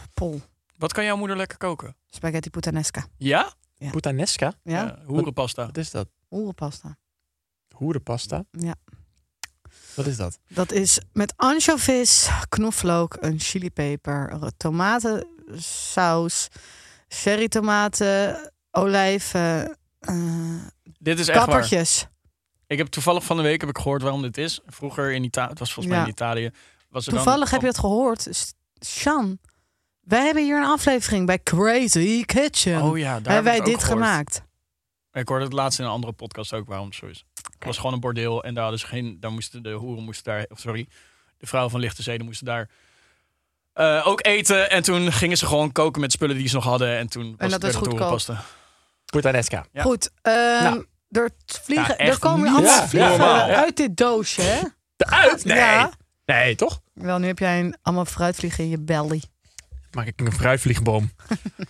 Speaker 2: appel.
Speaker 4: Wat kan jouw moeder lekker koken?
Speaker 2: Spaghetti puttanesca.
Speaker 4: Ja?
Speaker 3: Putanesca?
Speaker 2: Ja,
Speaker 4: hoerenpasta.
Speaker 3: Wat is dat?
Speaker 2: oerenpasta.
Speaker 3: Hoerenpasta?
Speaker 2: Ja.
Speaker 3: Wat is dat?
Speaker 2: Dat is met anchovies, knoflook, een chilipeper, r- tomatensaus, cherrytomaten, olijven, eh
Speaker 4: Dit is echt waar.
Speaker 2: kappertjes.
Speaker 4: Ik heb toevallig van de week heb ik gehoord waarom dit is. Vroeger in Italië, het was volgens mij
Speaker 2: Ja.
Speaker 4: in Italië. Was er dan-
Speaker 2: Toevallig heb je dat gehoord. S- Sjan, wij hebben hier een aflevering bij Crazy Kitchen.
Speaker 4: Oh ja, daar
Speaker 2: hebben wij
Speaker 4: heb ik het
Speaker 2: dit
Speaker 4: ook gehoord.
Speaker 2: gemaakt.
Speaker 4: Ik hoorde het laatst in een andere podcast ook waarom het zo is. Het was gewoon een bordeel en daar hadden ze geen. Daar moesten de hoeren moesten daar, of sorry, de vrouwen van lichte zeden moesten daar eh, ook eten. En toen gingen ze gewoon koken met spullen die ze nog hadden. En toen was
Speaker 2: dat
Speaker 4: het
Speaker 2: is
Speaker 4: weer
Speaker 2: goedkoop.
Speaker 4: hoerenpasta.
Speaker 3: Putanesca.
Speaker 4: Ja.
Speaker 2: Goed, ehm,
Speaker 4: Nou.
Speaker 2: er, vliegen,
Speaker 4: Nou,
Speaker 2: er
Speaker 4: echt
Speaker 2: komen
Speaker 4: niet
Speaker 2: allemaal
Speaker 3: Ja,
Speaker 2: vliegen
Speaker 4: normaal.
Speaker 2: uit dit doosje. Hè?
Speaker 3: De uit? Nee.
Speaker 2: Ja.
Speaker 3: Nee, toch?
Speaker 2: Wel, nu heb jij een, allemaal fruitvliegen in je belly.
Speaker 3: Maak ik een fruitvliegboom.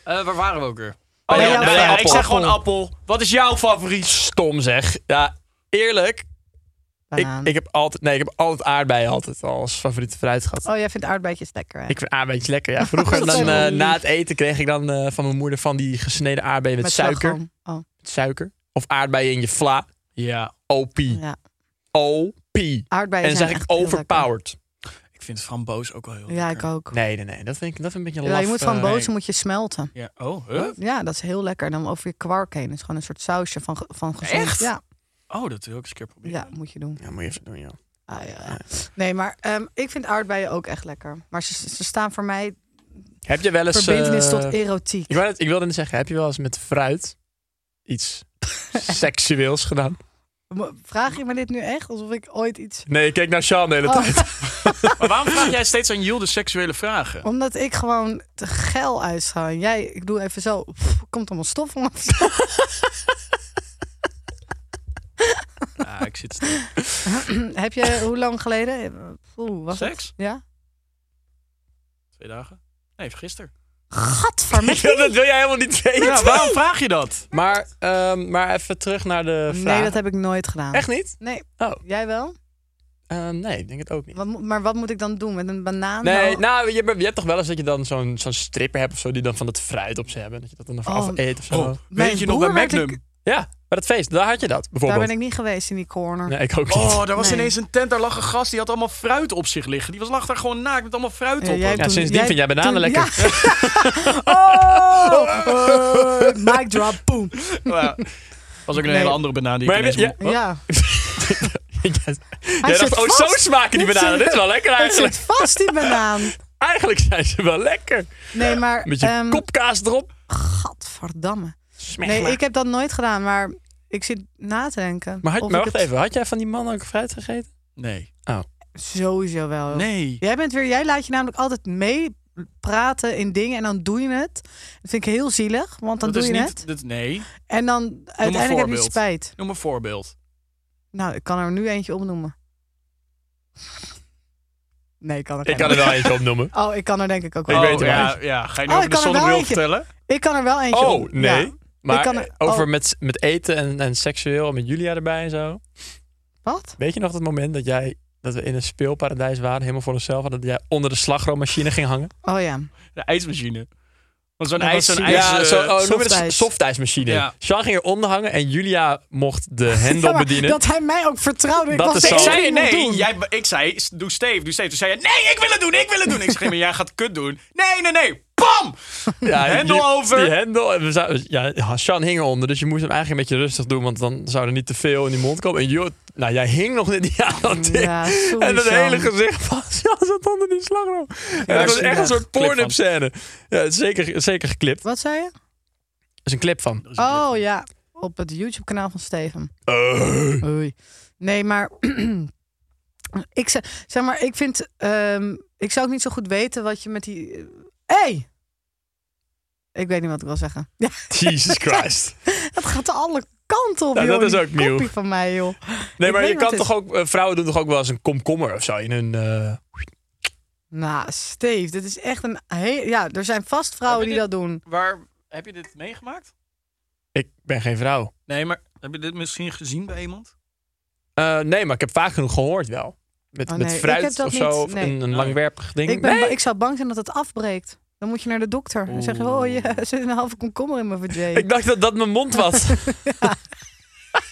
Speaker 4: Eh, waar waren we ook weer?
Speaker 3: Bij
Speaker 4: Oh ja,
Speaker 3: jou-
Speaker 4: nou
Speaker 3: bij
Speaker 4: ja,
Speaker 3: jou
Speaker 4: ik
Speaker 3: appel.
Speaker 4: zeg gewoon appel. Wat is jouw favoriet?
Speaker 3: Stom zeg. Ja, eerlijk. Ik,
Speaker 2: Banaan.
Speaker 3: ik, heb altijd, nee, ik heb altijd aardbeien altijd als favoriete fruit gehad.
Speaker 2: oh, jij vindt aardbeidjes lekker, hè?
Speaker 3: Ik vind aardbeidjes lekker. Ja, vroeger dan, eh, na het eten kreeg ik dan eh, van mijn moeder van die gesneden aardbeien met, suiker.
Speaker 2: slagroom. Oh,
Speaker 3: Met suiker. Of aardbeien in je vla.
Speaker 4: Ja,
Speaker 3: OP.
Speaker 2: ja.
Speaker 3: OP.
Speaker 2: Aardbeien
Speaker 3: En dan
Speaker 2: zijn
Speaker 3: zeg ik
Speaker 2: echt heel
Speaker 3: overpowered.
Speaker 4: ik vind framboos ook wel heel
Speaker 2: lekker. Ja, ik
Speaker 4: lekker.
Speaker 2: ook.
Speaker 3: Nee, nee, nee. Dat vind ik, dat vind ik een beetje
Speaker 2: Ja,
Speaker 3: laf.
Speaker 2: je moet
Speaker 3: eh,
Speaker 2: van bozen
Speaker 4: nee.
Speaker 2: moet je smelten.
Speaker 4: Ja, oh, huh?
Speaker 2: Ja, dat is heel lekker. En dan over je kwark heen. Dat is gewoon een soort sausje van, ge- van gezond.
Speaker 4: Echt?
Speaker 2: Ja,
Speaker 4: Oh, dat wil ik eens een keer proberen.
Speaker 2: ja, moet je doen.
Speaker 3: Ja, moet je even doen, joh.
Speaker 2: Ah, ja. Nee, maar ehm, ik vind aardbeien ook echt lekker. Maar ze, ze staan voor mij
Speaker 3: Heb je wel eens...
Speaker 2: verbindenis
Speaker 3: eh,
Speaker 2: tot erotiek.
Speaker 3: ik, wou net- ik wilde net zeggen, heb je wel eens met fruit iets seksueels gedaan?
Speaker 2: Mo- Vraag je me dit nu echt? Alsof ik ooit iets...
Speaker 3: Nee, ik keek naar Sean de hele
Speaker 2: Oh.
Speaker 3: tijd.
Speaker 4: Maar waarom vraag jij steeds aan Jules de seksuele vragen?
Speaker 2: Omdat ik gewoon te geil uitsta. En jij, ik doe even zo. Pff, komt allemaal stof om.
Speaker 4: Ja, ik zit stil.
Speaker 2: Heb je, hoe lang geleden? Oeh, was het?
Speaker 4: Seks?
Speaker 2: Ja?
Speaker 4: Twee dagen? Nee, gisteren.
Speaker 2: Gadver, met
Speaker 3: Ja, dat wil jij helemaal niet weten.
Speaker 4: Ja, waarom vraag je dat?
Speaker 3: Maar, ehm, maar even terug naar de vraag.
Speaker 2: Nee, dat heb ik nooit gedaan.
Speaker 3: Echt niet?
Speaker 2: Nee.
Speaker 3: Oh.
Speaker 2: Jij wel?
Speaker 3: Eh, nee, ik denk het ook niet.
Speaker 2: Wat, mo- maar wat moet ik dan doen? Met een banaan?
Speaker 3: Nee,
Speaker 2: Oh,
Speaker 3: nou, je hebt, je hebt toch wel eens dat je dan zo'n zo'n stripper hebt of zo, die dan van dat fruit op ze hebben. Dat je dat dan nog
Speaker 2: Oh.
Speaker 3: af eet of zo.
Speaker 4: Oh,
Speaker 2: mijn
Speaker 4: weet je nog bij
Speaker 2: broer werd
Speaker 4: Magnum?
Speaker 2: ik-
Speaker 3: Ja, bij dat feest, daar had je dat
Speaker 2: daar
Speaker 3: bijvoorbeeld.
Speaker 2: ben ik niet geweest in die corner.
Speaker 3: Nee, ik ook niet.
Speaker 4: Oh, daar was
Speaker 2: Nee.
Speaker 4: ineens een tent, daar lag een gast, die had allemaal fruit op zich liggen. Die was, lag daar gewoon naakt met allemaal fruit
Speaker 2: Ja,
Speaker 4: op.
Speaker 2: jij
Speaker 4: hem.
Speaker 2: hebt toen-
Speaker 3: sindsdien vind jij bananen
Speaker 2: toen-
Speaker 3: lekker.
Speaker 2: Ja. oh, eh, mic drop, boom.
Speaker 4: Ja. Was ook een
Speaker 2: Nee.
Speaker 4: hele andere banaan die ik
Speaker 3: Maar heb
Speaker 4: ineens
Speaker 3: je-
Speaker 4: moe-
Speaker 2: Ja,
Speaker 3: Jij
Speaker 2: zit
Speaker 3: dacht, oh,
Speaker 2: vast.
Speaker 3: zo smaken die
Speaker 2: Dit
Speaker 3: bananen.
Speaker 2: zit-
Speaker 3: Dit is wel lekker
Speaker 2: het
Speaker 3: eigenlijk.
Speaker 2: zit vast die banaan.
Speaker 3: Eigenlijk zijn ze wel lekker.
Speaker 2: Nee, maar...
Speaker 3: Met je
Speaker 2: ehm,
Speaker 3: kopkaas erop.
Speaker 2: Gadverdamme.
Speaker 3: Smegma.
Speaker 2: Nee, ik heb dat nooit gedaan, maar ik zit na te denken.
Speaker 3: Maar, had,
Speaker 2: Of
Speaker 3: maar
Speaker 2: ik
Speaker 3: wacht
Speaker 2: het
Speaker 3: even, had jij van die man ook fruit gegeten?
Speaker 4: Nee.
Speaker 2: Sowieso wel.
Speaker 4: Nee.
Speaker 2: Jij bent weer, jij laat je namelijk altijd meepraten in dingen en dan doe je het. Dat vind ik heel zielig, want dan
Speaker 4: dat
Speaker 2: doe
Speaker 4: is
Speaker 2: je
Speaker 4: niet,
Speaker 2: het.
Speaker 4: Dat, nee.
Speaker 2: En dan uiteindelijk heb je
Speaker 4: voorbeeld.
Speaker 2: spijt.
Speaker 4: Noem een voorbeeld.
Speaker 2: Nou, ik kan er nu eentje opnoemen. Nee, ik kan
Speaker 3: Ik
Speaker 2: er geen.
Speaker 3: kan er wel eentje opnoemen.
Speaker 2: Oh, ik kan er denk ik ook
Speaker 3: Ik
Speaker 2: wel.
Speaker 3: weet het
Speaker 4: ja,
Speaker 3: wel.
Speaker 4: ja, ga je nu
Speaker 2: Oh,
Speaker 4: over
Speaker 2: ik
Speaker 4: de
Speaker 2: kan er wel
Speaker 4: zonnebril
Speaker 2: eentje.
Speaker 4: vertellen?
Speaker 2: Ik kan er wel eentje
Speaker 3: Oh,
Speaker 2: op-
Speaker 3: nee.
Speaker 2: Ja.
Speaker 3: Maar
Speaker 2: kan
Speaker 3: eh,
Speaker 2: er-
Speaker 3: over
Speaker 2: oh.
Speaker 3: met, met eten en, en seksueel, en met Julia erbij en zo.
Speaker 2: Wat?
Speaker 3: Weet je nog dat moment dat jij dat we in een speelparadijs waren, helemaal voor onszelf, en dat jij onder de slagroommachine ging hangen?
Speaker 2: Oh ja.
Speaker 4: De ijsmachine. Want zo'n
Speaker 2: Dat
Speaker 4: ijs,
Speaker 2: was
Speaker 4: zo'n
Speaker 2: zielig.
Speaker 4: ijs...
Speaker 3: ja,
Speaker 4: eh,
Speaker 3: zo, oh, noem het een
Speaker 2: softijs.
Speaker 3: softijsmachine.
Speaker 4: Ja.
Speaker 3: Sean ging eronder hangen en Julia mocht de hendel
Speaker 2: Ja, maar
Speaker 3: bedienen.
Speaker 2: Dat hij mij ook vertrouwde. Ik
Speaker 3: Dat
Speaker 2: was
Speaker 3: is
Speaker 2: de
Speaker 3: zo.
Speaker 4: Ik
Speaker 2: enige
Speaker 4: zei,
Speaker 2: die het moest
Speaker 4: nee,
Speaker 2: doen.
Speaker 4: jij, ik zei, doe Steve, doe Steve. Toen zei je, nee, ik wil het doen, ik wil het doen. Ik zeg, maar jij gaat kut doen. Nee, nee, nee, bam!
Speaker 3: Ja,
Speaker 4: Hendel
Speaker 3: die-
Speaker 4: over.
Speaker 3: Die hendel. En we zou- ja, Sean hing eronder, dus je moest hem eigenlijk een beetje rustig doen, want dan zou er niet te veel in die mond komen. En joh, nou, jij hing nog net niet aan dat ding.
Speaker 2: Ja, sorry,
Speaker 3: en dat
Speaker 2: Sean.
Speaker 3: hele gezicht van Sean zat onder die slagroom. en dat was
Speaker 2: zielig.
Speaker 3: echt een soort
Speaker 4: Clip van.
Speaker 3: porn scène. Ja, het is zeker, zeker geklipt. Er
Speaker 2: Wat zei je?
Speaker 3: is een clip van.
Speaker 2: Oh ja, op het YouTube kanaal van Steven.
Speaker 3: Eh.
Speaker 2: Oei. Nee, maar ik zeg, zeg maar, ik vind, ehm, ik zou ook niet zo goed weten wat je met die. Hé! Hey! Ik weet niet wat ik wil zeggen. Ja,
Speaker 3: Jesus Christ.
Speaker 2: het gaat alle kanten op.
Speaker 3: Nou,
Speaker 2: joh,
Speaker 3: dat is
Speaker 2: die
Speaker 3: ook nieuw.
Speaker 2: koppie van mij, joh.
Speaker 3: Nee, maar
Speaker 2: weet
Speaker 3: je
Speaker 2: wat
Speaker 3: kan
Speaker 2: het
Speaker 3: toch
Speaker 2: is.
Speaker 3: ook, eh, vrouwen doen toch ook wel eens een komkommer of zo in hun. eh,
Speaker 2: Nou, Steve, dit is echt een. Heel, ja, er zijn vast vrouwen die
Speaker 4: Hebben
Speaker 2: dat doen.
Speaker 4: Waar, heb je dit meegemaakt?
Speaker 3: ik ben geen vrouw.
Speaker 4: Nee, maar heb je dit misschien gezien bij iemand?
Speaker 3: Eh, nee, maar ik heb vaak genoeg gehoord wel. Met,
Speaker 2: Oh,
Speaker 3: met
Speaker 2: nee, ik heb
Speaker 3: fruit
Speaker 2: dat
Speaker 3: of
Speaker 2: niet.
Speaker 3: zo. Of
Speaker 2: Nee.
Speaker 3: een, een
Speaker 4: Nee.
Speaker 3: langwerpig ding.
Speaker 2: Ik, ben,
Speaker 3: Nee.
Speaker 2: ba- ik zou bang zijn dat het afbreekt. Dan moet je naar de dokter en zeggen: Oh, je, er zit een halve komkommer in mijn vajay.
Speaker 3: Ik dacht dat dat mijn mond was.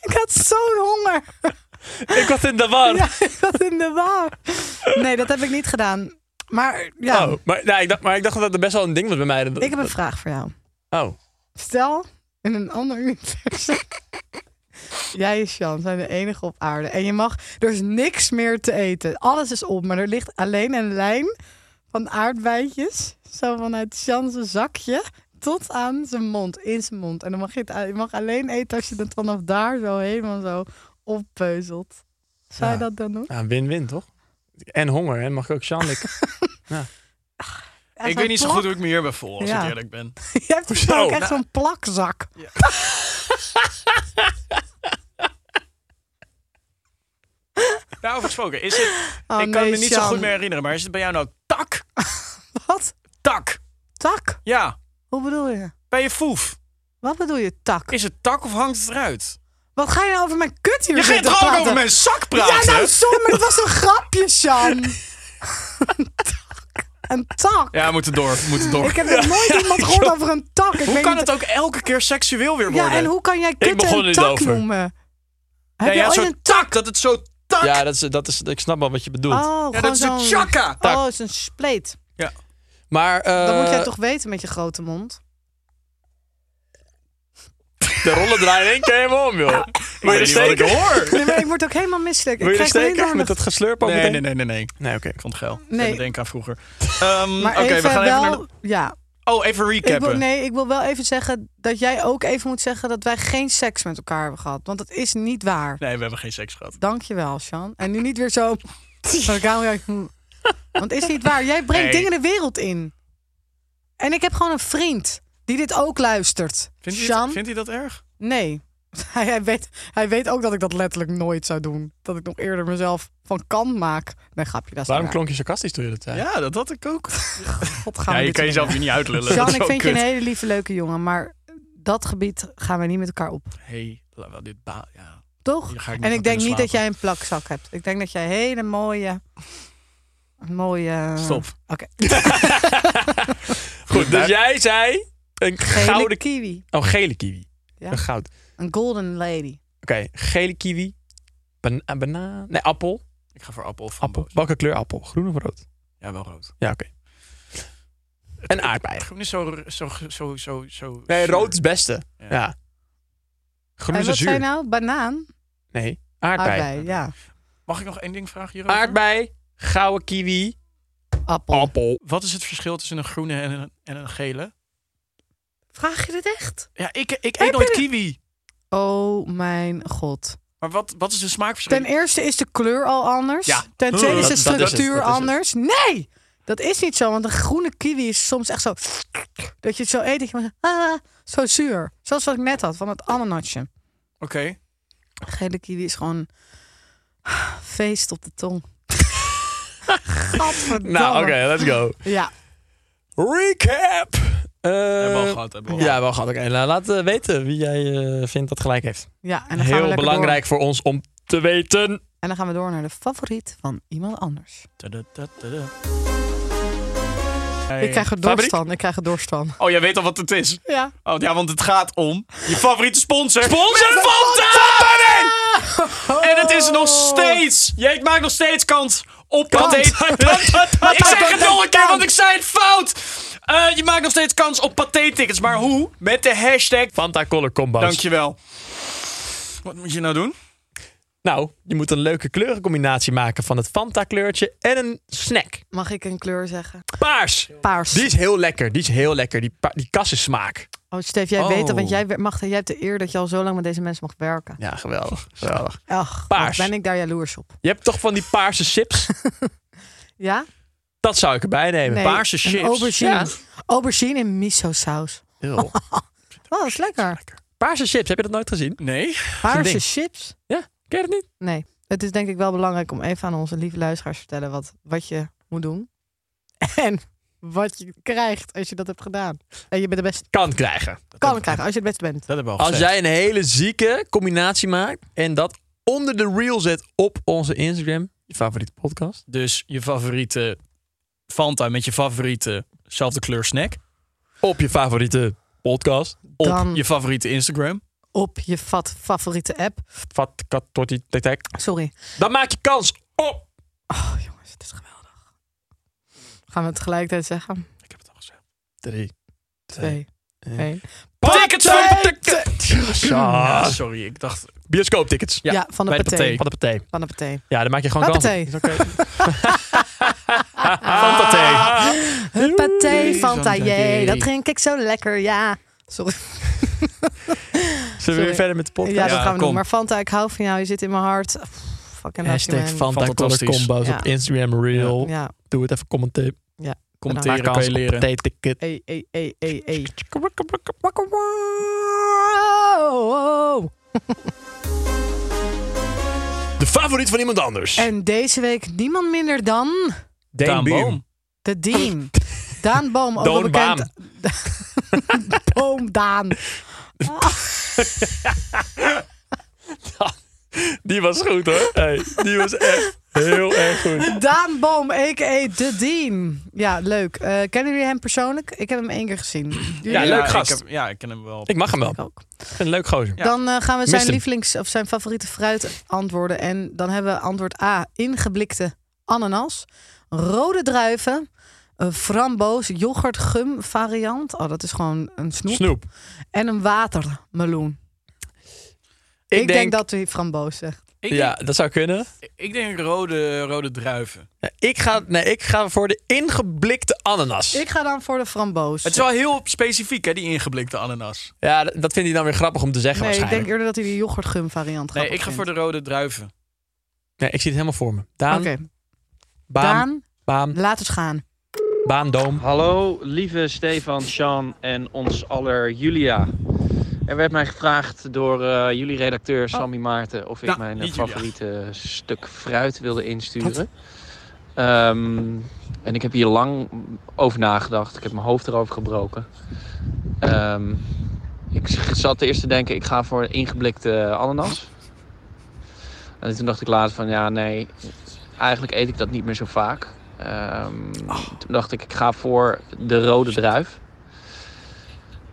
Speaker 2: ik had zo'n honger.
Speaker 3: ik was in de war.
Speaker 2: Ja, ik was in de war. Nee, dat heb ik niet gedaan. Maar ja,
Speaker 3: Oh, maar, nee, ik dacht, maar ik dacht dat dat best wel een ding was bij mij. Dat-
Speaker 2: ik heb een vraag voor jou.
Speaker 3: Oh,
Speaker 2: Stel, in een ander universum. Jij en Sjan zijn de enige op aarde. En je mag, er is niks meer te eten. Alles is op, maar er ligt alleen een lijn van aardbeidjes. Zo vanuit Sjan zijn zakje tot aan zijn mond, in zijn mond. En dan mag je, het, je mag alleen eten als je het vanaf daar zo helemaal zo oppeuzelt. Zou je
Speaker 3: Ja.
Speaker 2: dat dan doen?
Speaker 3: nou, win-win toch? En honger, hè? Mag ik ook Sean? Ik...
Speaker 4: ik weet niet zo goed hoe Nou, ik me hierbij voel, als
Speaker 2: Ja.
Speaker 4: ik eerlijk ben.
Speaker 2: Je hebt
Speaker 3: Hoezo?
Speaker 2: ook echt zo'n plakzak.
Speaker 4: Daarover gesproken, is het...
Speaker 2: Oh,
Speaker 4: ik kan
Speaker 2: nee,
Speaker 4: me niet zo
Speaker 2: Sjan.
Speaker 4: goed meer herinneren, maar is het bij jou nou tak?
Speaker 2: Wat?
Speaker 4: Tak!
Speaker 2: Tak?
Speaker 4: Ja,
Speaker 2: Hoe bedoel je?
Speaker 4: bij je foef.
Speaker 2: Wat bedoel je, tak?
Speaker 4: Is het tak of hangt het eruit?
Speaker 2: Wat ga je nou over mijn kut hier
Speaker 4: Je gaat
Speaker 2: zitten
Speaker 4: toch ook
Speaker 2: praten?
Speaker 4: over mijn zak praten?
Speaker 2: Ja, nou, sorry, maar dat was een grapje, Sjan. een tak.
Speaker 4: Ja, we moeten door, we moeten door.
Speaker 2: Ik heb nog nooit iemand gehoord over een tak. Ik
Speaker 4: Hoe
Speaker 2: weet
Speaker 4: kan
Speaker 2: niet-
Speaker 4: het ook elke keer seksueel weer worden?
Speaker 2: Ja, en hoe kan jij kut
Speaker 3: begon er
Speaker 2: een
Speaker 3: niet
Speaker 2: tak
Speaker 3: over.
Speaker 2: noemen?
Speaker 4: Ja,
Speaker 2: Heb
Speaker 4: ja,
Speaker 2: je ooit
Speaker 4: zo'n
Speaker 2: een tak?
Speaker 4: tak, dat het zo tak...
Speaker 3: Ja, dat is, dat is, ik snap wel wat je bedoelt.
Speaker 2: Oh,
Speaker 4: Ja,
Speaker 2: gewoon
Speaker 4: dat is een
Speaker 2: zo'n...
Speaker 4: chakka!
Speaker 3: Tak.
Speaker 2: Oh, het is een spleet.
Speaker 3: Maar eh,
Speaker 2: Dat moet jij toch weten met je grote mond?
Speaker 3: de rollen draaien in één keer helemaal om, joh. dus Wil je er
Speaker 4: weet niet wat ik
Speaker 3: steken?
Speaker 2: Nee, maar ik word ook helemaal misselijk.
Speaker 3: Wil
Speaker 2: ik
Speaker 3: je er
Speaker 2: krijg alleen
Speaker 3: steken met
Speaker 2: maar-
Speaker 3: dat geslurp ook
Speaker 4: Nee,
Speaker 3: meteen?
Speaker 4: nee, nee, nee, nee.
Speaker 3: Nee, oké.
Speaker 4: Ik vond het geil.
Speaker 2: Nee.
Speaker 4: Ik denk aan vroeger. Ehm,
Speaker 2: Maar
Speaker 4: Oké, we gaan even
Speaker 2: wel...
Speaker 4: naar de...
Speaker 2: Ja,
Speaker 4: Oh, even
Speaker 2: Ik
Speaker 4: recappen.
Speaker 2: wil, nee, ik wil wel even zeggen dat jij ook even moet zeggen dat wij geen seks met elkaar hebben gehad. Want dat is niet waar.
Speaker 4: Nee, we hebben geen seks gehad.
Speaker 2: Dankjewel, Sjan. En nu niet weer zo. Van de camera, ja, hm. Want het is niet waar. Jij brengt
Speaker 4: Nee.
Speaker 2: dingen de wereld in. En ik heb gewoon een vriend die dit ook luistert.
Speaker 4: Vindt hij,
Speaker 2: Sjan?
Speaker 4: dat, vindt hij dat erg?
Speaker 2: Nee. Hij, hij, weet, hij weet ook dat ik dat letterlijk nooit zou doen. Dat ik nog eerder mezelf van kant maak. Nee, grapje, dat is
Speaker 3: Waarom
Speaker 2: niet waar.
Speaker 3: klonk je sarcastisch toen je dat zei?
Speaker 4: Ja, dat had ik ook.
Speaker 2: God, gaan
Speaker 4: Ja,
Speaker 2: we
Speaker 4: je
Speaker 2: dit doen,
Speaker 4: kan jezelf
Speaker 2: hè?
Speaker 4: hier niet uitlullen.
Speaker 2: Sjan,
Speaker 4: dat is
Speaker 2: ik
Speaker 4: wel
Speaker 2: vind je
Speaker 4: kut.
Speaker 2: een hele lieve, leuke jongen. Maar dat gebied gaan we niet met elkaar op.
Speaker 4: Hey, laat wel dit ba... Ja.
Speaker 2: Toch?
Speaker 4: Hier ga ik niet
Speaker 2: en
Speaker 4: van
Speaker 2: ik denk
Speaker 4: kunnen
Speaker 2: niet dat
Speaker 4: slapen.
Speaker 2: jij een plakzak hebt. Ik denk dat jij hele mooie. Mooie.
Speaker 4: Stop.
Speaker 2: Oké.
Speaker 3: Goed, dus jij zei een
Speaker 2: Gele
Speaker 3: gouden...
Speaker 2: kiwi.
Speaker 3: Oh, gele kiwi.
Speaker 2: Ja.
Speaker 3: Een goud.
Speaker 2: Een golden lady.
Speaker 3: Oké, gele kiwi. Bana eh, banaan. Nee, appel.
Speaker 4: Ik ga voor appel of
Speaker 3: appel.
Speaker 4: framboos.
Speaker 3: Welke kleur appel? Groen of rood?
Speaker 4: Ja, wel rood.
Speaker 3: Ja, oké. En aardbei.
Speaker 4: Groen is zo... zo, zo, zo, zo
Speaker 3: Nee,
Speaker 4: zuur.
Speaker 3: rood is het beste. Ja.
Speaker 4: Ja.
Speaker 3: Groen
Speaker 2: en
Speaker 3: is een
Speaker 2: wat zei
Speaker 3: zuur.
Speaker 2: je nou? Banaan?
Speaker 3: Nee, aardbei.
Speaker 2: Aardbei, ja.
Speaker 4: Mag ik nog één ding vragen hierover?
Speaker 3: Aardbei, gouden kiwi,
Speaker 2: Appel.
Speaker 5: Wat is het verschil tussen een groene en een, en een gele?
Speaker 2: Vraag je dit echt?
Speaker 5: Ja, ik, ik
Speaker 2: Heb
Speaker 5: eet nooit
Speaker 2: je-
Speaker 5: kiwi.
Speaker 2: Oh mijn god.
Speaker 5: Maar wat, wat is de smaakverschil?
Speaker 2: Ten eerste is de kleur al anders.
Speaker 5: Ja.
Speaker 2: Ten tweede is
Speaker 3: Oh, Dat- dat is
Speaker 2: de
Speaker 3: het,
Speaker 2: structuur
Speaker 3: dat is het.
Speaker 2: anders. Nee! Dat is niet zo, want een groene kiwi is soms echt zo... Dat je het zo eet, dat je maar- ah, zo zuur. Zoals wat ik net had, van het ananasje.
Speaker 5: Oké.
Speaker 2: Gele kiwi is gewoon feest op de tong. Gadverdamme.
Speaker 3: Nou, oké, let's go.
Speaker 2: Ja,
Speaker 3: Recap! Eh,
Speaker 4: Hebben we al gehad, hebben we al
Speaker 3: ja, wel gehad. Oké, nou, laat eh, weten wie jij eh, vindt dat gelijk heeft.
Speaker 2: ja, en dan gaan we
Speaker 3: Heel
Speaker 2: lekker
Speaker 3: belangrijk
Speaker 2: Door.
Speaker 3: voor ons om te weten.
Speaker 2: En dan gaan we door naar de favoriet van iemand anders.
Speaker 5: Tadadadada.
Speaker 2: Ik krijg er dorst
Speaker 5: Fabriek?
Speaker 2: van, ik krijg er dorst van.
Speaker 5: Oh, jij weet al wat het is.
Speaker 2: Ja.
Speaker 5: Oh, ja, want het gaat om je favoriete sponsor. Sponsor
Speaker 2: Met
Speaker 5: Fanta!
Speaker 2: Oh.
Speaker 5: En het is nog steeds. Jij maakt nog steeds kans op
Speaker 2: Kant.
Speaker 5: Pathé. ik zeg het nog een keer,
Speaker 2: Kant.
Speaker 5: want ik zei het fout. Eh, je maakt nog steeds kans op Pathé-tickets. Maar hoe? Met de hashtag.
Speaker 3: Fanta Color Combo's.
Speaker 5: Dankjewel. Wat moet je nou doen?
Speaker 3: Nou, je moet een leuke kleurencombinatie maken van het Fanta kleurtje en een snack.
Speaker 2: Mag ik een kleur zeggen?
Speaker 3: Paars.
Speaker 2: Paars.
Speaker 3: Die is heel lekker. Die is heel lekker. Die, pa- die kassensmaak.
Speaker 2: Oh, Stef, jij weet dat, want jij, we- mag, jij hebt de eer dat je al zo lang met deze mensen mag werken.
Speaker 3: Ja, geweldig. geweldig.
Speaker 2: Ach,
Speaker 3: Paars.
Speaker 2: wat ben ik daar jaloers op.
Speaker 3: Je hebt toch van die paarse chips?
Speaker 2: Ja?
Speaker 3: Dat zou ik erbij nemen.
Speaker 2: Nee,
Speaker 3: Paarse
Speaker 2: een
Speaker 3: chips.
Speaker 2: Aubergine.
Speaker 3: Ja.
Speaker 2: Aubergine in miso-saus.
Speaker 3: Eeuw.
Speaker 2: Oh, dat is lekker.
Speaker 3: Paarse chips, heb je dat nooit gezien?
Speaker 5: Nee.
Speaker 2: Paarse
Speaker 3: ding.
Speaker 2: chips.
Speaker 3: Ja, ken je dat niet?
Speaker 2: Nee, het is denk ik wel belangrijk om even aan onze lieve luisteraars te vertellen wat, wat je moet doen. En wat je krijgt als je dat hebt gedaan. En je bent de beste.
Speaker 3: Kan krijgen.
Speaker 2: Kan krijgen als je het beste bent.
Speaker 5: Dat hebben we
Speaker 3: Als jij een hele zieke combinatie maakt en dat onder de reel zet op onze Instagram, je favoriete podcast.
Speaker 5: Dus je favoriete Fanta met je favoriete zelfde kleur snack.
Speaker 3: Op je favoriete podcast.
Speaker 5: Op
Speaker 2: Dan-
Speaker 5: je favoriete Instagram.
Speaker 2: Op je fat favoriete app.
Speaker 3: Vat, kat, tortie, tek, tek.
Speaker 2: Sorry.
Speaker 3: Dan maak je kans op.
Speaker 2: Oh jongens, het is geweldig. Gaan we het tegelijkertijd zeggen?
Speaker 5: Ik heb het al gezegd.
Speaker 3: Drie.
Speaker 2: Twee.
Speaker 3: eh.
Speaker 2: één.
Speaker 3: Tickets van de
Speaker 5: Ah,
Speaker 3: Ja,
Speaker 5: sorry, ik dacht...
Speaker 3: Bioscooptickets.
Speaker 2: Ja, van de
Speaker 5: bij de
Speaker 2: paté.
Speaker 5: paté.
Speaker 3: Van de partij.
Speaker 2: Van de paté.
Speaker 3: Ja, dan maak je gewoon
Speaker 2: Van de
Speaker 3: kans. Ah.
Speaker 2: paté.
Speaker 4: Ah.
Speaker 3: Van partij.
Speaker 2: Een paté Fanta,
Speaker 5: Fanta,
Speaker 2: jee.
Speaker 5: jee.
Speaker 2: Dat drink ik zo lekker, ja. Sorry.
Speaker 3: Zullen we
Speaker 2: Sorry.
Speaker 3: weer verder met de podcast?
Speaker 2: Ja, dat
Speaker 5: Ja,
Speaker 2: gaan we doen.
Speaker 5: kom.
Speaker 2: Maar Fanta, ik hou van jou. Je zit in mijn hart. Pff, Fucking love you,
Speaker 3: Hashtag
Speaker 2: man.
Speaker 3: Fanta Color
Speaker 5: Fantastisch.
Speaker 3: Combo's
Speaker 2: Ja.
Speaker 3: op Instagram Reel.
Speaker 2: Ja.
Speaker 3: Doe het even commenteren.
Speaker 2: Commenteren
Speaker 5: Commenteren kan je leren.
Speaker 3: Partijticket.
Speaker 2: Ey, ey, ey, ey, ey.
Speaker 3: De favoriet van iemand anders.
Speaker 2: En deze week niemand minder dan
Speaker 5: Daan
Speaker 3: Boom.
Speaker 5: Boom.
Speaker 2: de Dean. Daan Boom, ook wel
Speaker 3: Doon
Speaker 2: bekend. Boom Daan.
Speaker 3: Die was goed hoor. Hey, die was echt heel erg goed.
Speaker 2: Daan Boom, a.k.a. de Dean. Ja, leuk. Eh, kennen jullie hem persoonlijk? Ik heb hem één keer gezien.
Speaker 3: Ja, leuk gast.
Speaker 5: Ik heb- ja, ik ken hem wel.
Speaker 3: Ik mag hem wel.
Speaker 2: Ik ook.
Speaker 3: Ik vind een leuk gozer.
Speaker 2: Dan eh, gaan we zijn
Speaker 3: hem.
Speaker 2: lievelings of zijn favoriete fruit antwoorden. En dan hebben we antwoord A: ingeblikte ananas, rode druiven, een framboos, yoghurt, gum variant. Oh, dat is gewoon een snoep.
Speaker 3: Snoep.
Speaker 2: En een watermeloen. Ik, denk... dat hij framboos zegt.
Speaker 5: Ik,
Speaker 3: Ja, dat zou kunnen.
Speaker 5: denk, ik denk rode, rode druiven.
Speaker 3: Ja, Ik ga, nee, ik ga voor de ingeblikte ananas.
Speaker 2: Ik ga dan voor de framboos.
Speaker 5: Het is wel heel specifiek, hè, die ingeblikte ananas.
Speaker 3: Ja, dat dat vindt hij dan weer grappig om te zeggen
Speaker 2: nee, ik denk
Speaker 3: waarschijnlijk.
Speaker 2: eerder dat hij de yoghurtgum variant gaat.
Speaker 5: Nee, ik ga voor de rode druiven.
Speaker 3: Ah, Nee, ik zie het helemaal voor me. Daan,
Speaker 2: Oké,
Speaker 3: baam,
Speaker 2: Daan,
Speaker 3: baam,
Speaker 2: laat het gaan.
Speaker 3: baamdoom.
Speaker 7: Hallo, lieve Stefan, Sean en ons aller Julia. Er werd mij gevraagd door eh, jullie redacteur Sammy Maarten of ik
Speaker 5: Oh. Nou,
Speaker 7: mijn eh,
Speaker 5: niet Julia.
Speaker 7: favoriete stuk fruit wilde insturen. Ehm, en ik heb hier lang over nagedacht. Ik heb mijn hoofd erover gebroken. Ehm, ik zat eerst te denken, ik ga voor een ingeblikte eh, ananas. En toen dacht ik later van, ja nee, eigenlijk eet ik dat niet meer zo vaak. Ehm,
Speaker 5: Oh.
Speaker 7: Toen dacht ik, ik ga voor de rode druif.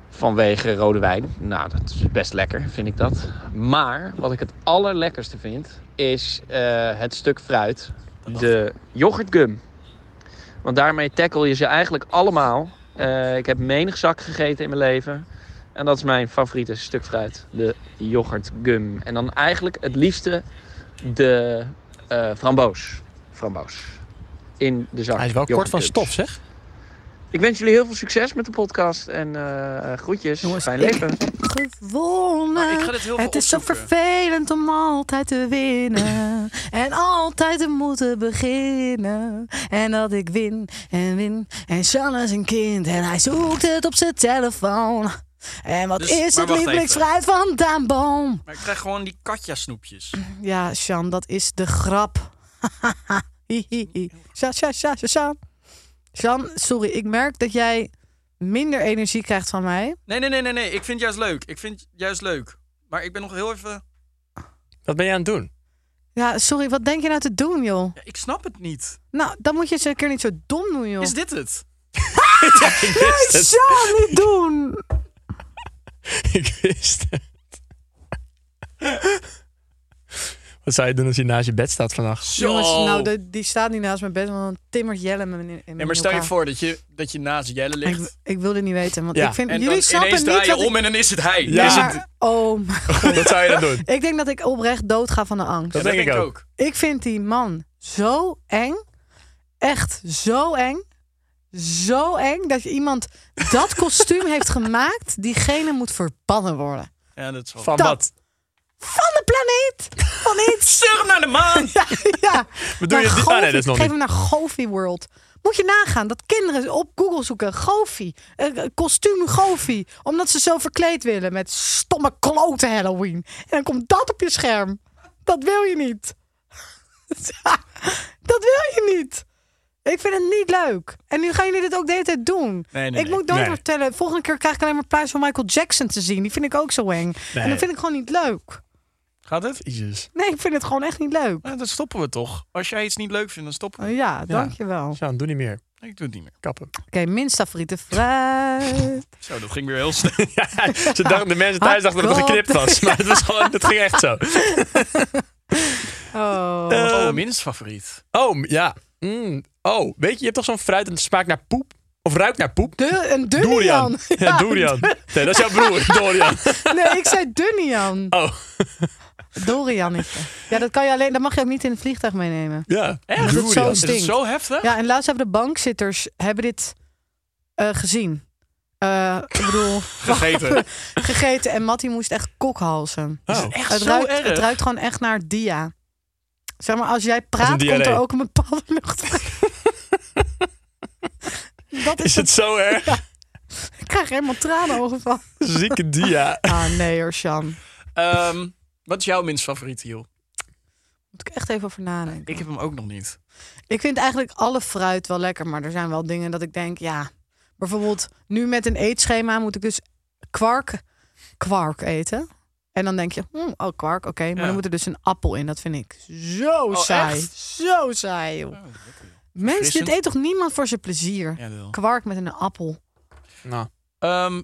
Speaker 7: Vanwege rode wijn. Nou, dat is best lekker, vind ik dat. Maar wat ik het allerlekkerste vind, is eh, het stuk fruit. De yoghurtgum. Want daarmee tackle je ze eigenlijk allemaal. Eh, ik heb menig zak gegeten in mijn leven. En dat is mijn favoriete stuk fruit. De yoghurtgum. En dan eigenlijk het liefste de eh, framboos. Framboos. in de zak.
Speaker 3: Hij is wel kort van
Speaker 7: Yoghurtcups.
Speaker 3: stof, zeg.
Speaker 7: Ik wens jullie heel veel succes met de podcast. En eh, groetjes.
Speaker 2: Jongens,
Speaker 7: Fijn
Speaker 2: ik-
Speaker 7: leven.
Speaker 2: gewonnen.
Speaker 4: ik ga dit heel veel
Speaker 2: het is zo
Speaker 4: opzoeken.
Speaker 2: vervelend om altijd te winnen. en altijd te moeten beginnen. En dat ik win en win. En Sean is een kind en hij zoekt het op zijn telefoon. En wat
Speaker 4: Dus-
Speaker 2: is
Speaker 4: maar
Speaker 2: het
Speaker 4: wacht
Speaker 2: lievelingsfruit van Daan Boom?
Speaker 4: Maar ik krijg gewoon die Katja snoepjes.
Speaker 2: Ja, Sean, dat is de grap. Hihihi. Sja, sja, sja, sja, sja. Sean, sorry, ik merk dat jij minder energie krijgt van mij.
Speaker 4: Nee, nee, nee, nee, nee. Ik vind het juist leuk. Ik vind het juist leuk. Maar ik ben nog heel even...
Speaker 3: Wat ben je aan het doen?
Speaker 2: Ja, sorry, wat denk je nou te doen, joh?
Speaker 4: Ja, ik snap het niet.
Speaker 2: Nou, dan moet je eens een keer niet zo dom doen, joh.
Speaker 4: Is dit het?
Speaker 2: Nee, Sean, niet doen!
Speaker 3: Ik wist het. Wat zou je doen als hij naast je bed staat vannacht?
Speaker 4: Zo.
Speaker 2: Jongens, nou, de- die staat niet naast mijn bed, want dan timmert Jelle me in, in
Speaker 4: nee, maar
Speaker 2: in
Speaker 4: stel je
Speaker 2: elkaar.
Speaker 4: voor dat je, dat je naast Jelle
Speaker 2: Ik,
Speaker 4: ligt.
Speaker 2: ik wil dit niet weten, want
Speaker 3: Ja,
Speaker 2: ik vind...
Speaker 4: En
Speaker 2: Jullie
Speaker 4: dan
Speaker 2: snappen
Speaker 4: ineens
Speaker 2: niet
Speaker 4: draai je
Speaker 2: dat
Speaker 4: om
Speaker 2: ik...
Speaker 4: en dan is het hij.
Speaker 3: Ja.
Speaker 4: Is
Speaker 2: Ja,
Speaker 4: het-
Speaker 2: oh, mijn-
Speaker 3: Wat zou je dan doen?
Speaker 2: ik denk dat ik oprecht dood ga van de angst.
Speaker 3: Dat denk ik ook.
Speaker 2: Ik vind die man zo eng. Echt zo eng. Zo eng dat je iemand dat kostuum heeft gemaakt. Diegene moet verbannen worden.
Speaker 4: Ja, dat is wel...
Speaker 3: Van
Speaker 2: Dat-
Speaker 3: wat?
Speaker 2: Van de planeet! Van iets!
Speaker 4: Terug naar de maan!
Speaker 2: Ja, ja.
Speaker 3: Bedoel je
Speaker 2: Naar
Speaker 3: dit- ah, nee,
Speaker 2: Govi.
Speaker 3: dat is nog
Speaker 2: Geef
Speaker 3: niet.
Speaker 2: hem naar Govi World. Moet je nagaan dat kinderen op Google zoeken. Govi. Eh, eh, kostuum Govi. Omdat ze zo verkleed willen met stomme kloten Halloween. En dan komt dat op je scherm. Dat wil je niet. dat wil je niet. Ik vind het niet leuk. En nu gaan jullie dit ook de hele tijd doen.
Speaker 4: Nee, nee,
Speaker 2: ik
Speaker 4: nee.
Speaker 2: moet nooit
Speaker 3: Nee.
Speaker 2: meer vertellen. Volgende keer krijg ik alleen maar plaats van Michael Jackson te zien. Die vind ik ook zo eng. En dat vind ik gewoon niet leuk.
Speaker 4: Gaat het?
Speaker 3: Jezus.
Speaker 2: Nee, ik vind het gewoon echt niet leuk.
Speaker 4: Nou, dan stoppen we toch. Als jij iets niet leuk vindt, dan stoppen we.
Speaker 2: Eh, Ja, dankjewel.
Speaker 3: Sjaan, doe niet meer.
Speaker 4: Ik doe het niet meer.
Speaker 3: Kappen.
Speaker 2: Oké, minst favoriete fruit.
Speaker 4: Zo, dat ging weer heel snel.
Speaker 3: Ze dachten, de mensen thuis dachten dat het
Speaker 2: Ah, God.
Speaker 3: geknipt was. Maar het, was gewoon, het ging echt zo.
Speaker 2: Oh.
Speaker 4: Oh, minst favoriet.
Speaker 3: Oh, ja. Mm. Oh, weet je, je hebt toch zo'n fruit en het smaakt naar poep? Of ruikt naar poep?
Speaker 2: De, een
Speaker 3: Durian.
Speaker 2: Dunian.
Speaker 3: Ja, Durian. Nee, dat is jouw broer, Dorian.
Speaker 2: Nee, ik zei Dunian.
Speaker 3: Oh,
Speaker 2: Doriannetje. Ja, dat kan je alleen. Dat mag je ook niet in het vliegtuig meenemen.
Speaker 3: ja.
Speaker 2: Echt? Dat het zo
Speaker 4: Is het
Speaker 2: stinkt.
Speaker 4: zo heftig?
Speaker 2: Ja, en laatst hebben de bankzitters hebben dit eh, gezien. Eh, ik bedoel,
Speaker 4: Gegeten.
Speaker 2: gegeten. En Mattie moest echt kokhalzen.
Speaker 3: Oh.
Speaker 4: Echt
Speaker 2: Het
Speaker 4: zo
Speaker 2: ruikt,
Speaker 4: erg.
Speaker 2: het ruikt gewoon echt naar dia. Zeg maar, als jij praat, komt
Speaker 3: diarree.
Speaker 2: er ook een bepaalde lucht. Dat
Speaker 3: Is
Speaker 2: is
Speaker 3: het zo erg?
Speaker 2: Ik krijg er helemaal tranenogen van.
Speaker 3: Zieke dia.
Speaker 2: Ah, nee hoor, Sjan. Moet
Speaker 4: Ehm, wat is jouw minst favoriet, joh?
Speaker 2: ik echt even over nadenken.
Speaker 4: Ik heb hem ook nog niet.
Speaker 2: Ik vind eigenlijk alle fruit wel lekker, maar er zijn wel dingen dat ik denk, ja. Bijvoorbeeld nu met een eetschema moet ik dus kwark, kwark eten. En dan denk je, hm, oh kwark, oké. Maar
Speaker 4: Ja.
Speaker 2: dan moet er dus een appel in. Dat vind ik zo saai.
Speaker 4: echt?
Speaker 2: Zo saai, Oh, joh. Mensen, dit
Speaker 4: Verfrissend.
Speaker 2: eet toch niemand voor zijn plezier?
Speaker 4: Ja, wel.
Speaker 2: Kwark met een appel.
Speaker 3: Nou,
Speaker 4: Ehm,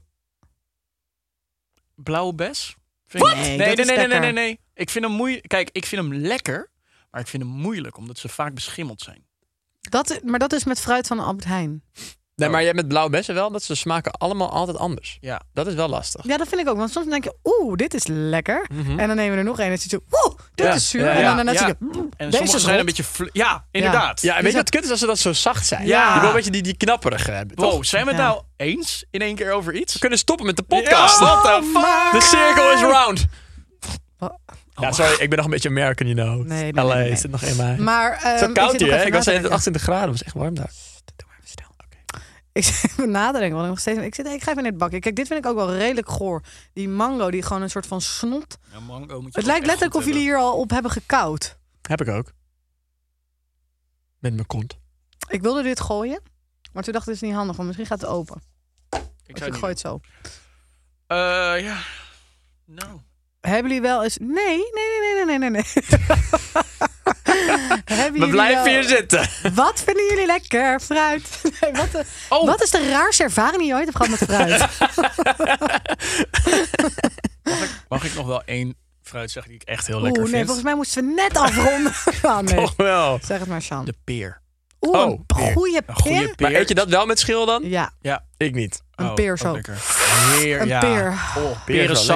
Speaker 4: blauwe bes? Vind
Speaker 2: Wat?
Speaker 4: ik-
Speaker 2: Nee,
Speaker 4: Nee,
Speaker 2: dat
Speaker 4: nee,
Speaker 2: is
Speaker 4: nee, nee, nee,
Speaker 2: lekker.
Speaker 4: nee, nee. Ik vind hem moeilijk. Kijk, ik vind hem lekker, maar ik vind hem moeilijk omdat ze vaak beschimmeld zijn.
Speaker 2: Dat, maar dat is met fruit van Albert Heijn.
Speaker 3: Nee, maar je hebt met blauwe bessen wel dat ze smaken allemaal altijd anders.
Speaker 4: Ja.
Speaker 3: Dat is wel lastig.
Speaker 2: Ja, dat vind ik ook. Want soms denk je, oeh, dit is lekker.
Speaker 3: Mhm.
Speaker 2: En dan nemen we er nog een en dan zit je, oeh, dit
Speaker 3: Ja,
Speaker 2: is zuur.
Speaker 3: ja,
Speaker 2: En dan
Speaker 4: ja,
Speaker 2: daarna
Speaker 4: ja.
Speaker 2: zit je, mm,
Speaker 4: En
Speaker 2: deze
Speaker 4: sommige
Speaker 2: is
Speaker 4: zijn
Speaker 2: rot.
Speaker 4: een beetje... fl- Ja, inderdaad.
Speaker 3: Ja, en weet je
Speaker 2: Dus
Speaker 3: wat kut is als ze dat zo zacht zijn?
Speaker 4: Ja.
Speaker 3: Je wil een beetje die, die knapperige hebben, toch?
Speaker 4: Wow, zijn we het
Speaker 2: Ja.
Speaker 4: nou eens in één keer over iets?
Speaker 3: We kunnen stoppen met de podcast.
Speaker 4: Ja, Oh, what the
Speaker 2: fuck?
Speaker 3: The circle is round.
Speaker 2: Wat? Oh.
Speaker 3: Ja, sorry, ik ben nog een beetje American, you know.
Speaker 2: Nee, nee,
Speaker 3: LA,
Speaker 2: nee, nee.
Speaker 3: is het nog in mij.
Speaker 2: Maar,
Speaker 3: Het
Speaker 2: ehm,
Speaker 3: is
Speaker 2: ik
Speaker 3: zo koud
Speaker 2: zit
Speaker 3: hier,
Speaker 2: nog
Speaker 3: hè?
Speaker 2: even
Speaker 3: Ik was
Speaker 2: na te
Speaker 3: 28 graden, het was echt warm daar.
Speaker 2: Doe maar even stil. Ik zit me na te denken, want nog steeds. Ik, zit, ik ga even in het bakje. Kijk, dit vind ik ook wel redelijk goor. Die mango, die gewoon een soort van snot.
Speaker 4: Ja, mango moet je
Speaker 2: Het
Speaker 4: ook
Speaker 2: lijkt
Speaker 4: echt
Speaker 2: letterlijk
Speaker 4: goed
Speaker 2: of jullie hier al op hebben gekoud.
Speaker 3: Heb ik ook. Met mijn kont.
Speaker 2: Ik wilde dit gooien, maar toen dacht ik, het is niet handig, want misschien gaat het open.
Speaker 4: hebben.
Speaker 2: Dus ik
Speaker 4: Ik
Speaker 2: gooi
Speaker 4: zou
Speaker 2: het zo.
Speaker 4: het Ja. Nou.
Speaker 2: Hebben jullie wel eens... Nee, nee, nee, nee, nee, nee, nee.
Speaker 3: We
Speaker 2: Hebben jullie wel-
Speaker 4: eh,
Speaker 3: blijven hier zitten.
Speaker 2: Wat vinden jullie lekker? Fruit. Nee, wat, de-
Speaker 3: Oh.
Speaker 2: wat is de raarste ervaring die je ooit hebt gehad met fruit?
Speaker 4: Mag ik nog wel één fruit zeggen die ik echt heel lekker
Speaker 2: Oeh, nee,
Speaker 4: vind?
Speaker 2: volgens mij moesten we net afronden. Ah, nee.
Speaker 3: Toch wel.
Speaker 2: Zeg het maar, Sjan.
Speaker 4: De peer.
Speaker 2: Oeh,
Speaker 3: Oh,
Speaker 2: een
Speaker 3: peer.
Speaker 2: goede
Speaker 4: Een goede
Speaker 2: peer.
Speaker 3: Maar
Speaker 4: peer.
Speaker 3: eet je dat wel met schil dan?
Speaker 2: Ja,
Speaker 3: Ik niet.
Speaker 2: een
Speaker 4: Oh,
Speaker 2: peer
Speaker 4: ook
Speaker 2: zo.
Speaker 4: lekker. Peer,
Speaker 2: Een
Speaker 4: ja.
Speaker 2: peer.
Speaker 4: Oh,
Speaker 3: Peer is wel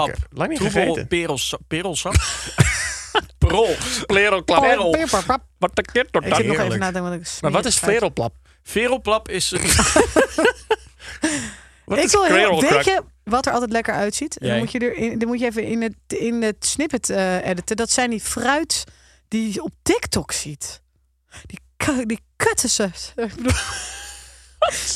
Speaker 4: perensap.
Speaker 3: lekker. Lang niet
Speaker 4: Troebel
Speaker 3: gegeten.
Speaker 4: perelsap. perelsap. Perol.
Speaker 3: Flerelklap.
Speaker 4: Flerel.
Speaker 3: Wat een kind
Speaker 2: Ik zit nog even na te denken wat ik
Speaker 3: Maar wat is
Speaker 2: smerig
Speaker 3: flerelplap?
Speaker 4: Verelplap is...
Speaker 3: Wat
Speaker 2: Ik
Speaker 3: is
Speaker 2: wil heel,
Speaker 3: kwerelkrak?
Speaker 2: weet je wat er altijd lekker uitziet? En Dan
Speaker 3: Jij.
Speaker 2: moet je, er in, dan moet je even in het, in het snippet eh, editen. Dat zijn die fruit die je op TikTok ziet. Die, ku- die kutten ze. Ik bedoel,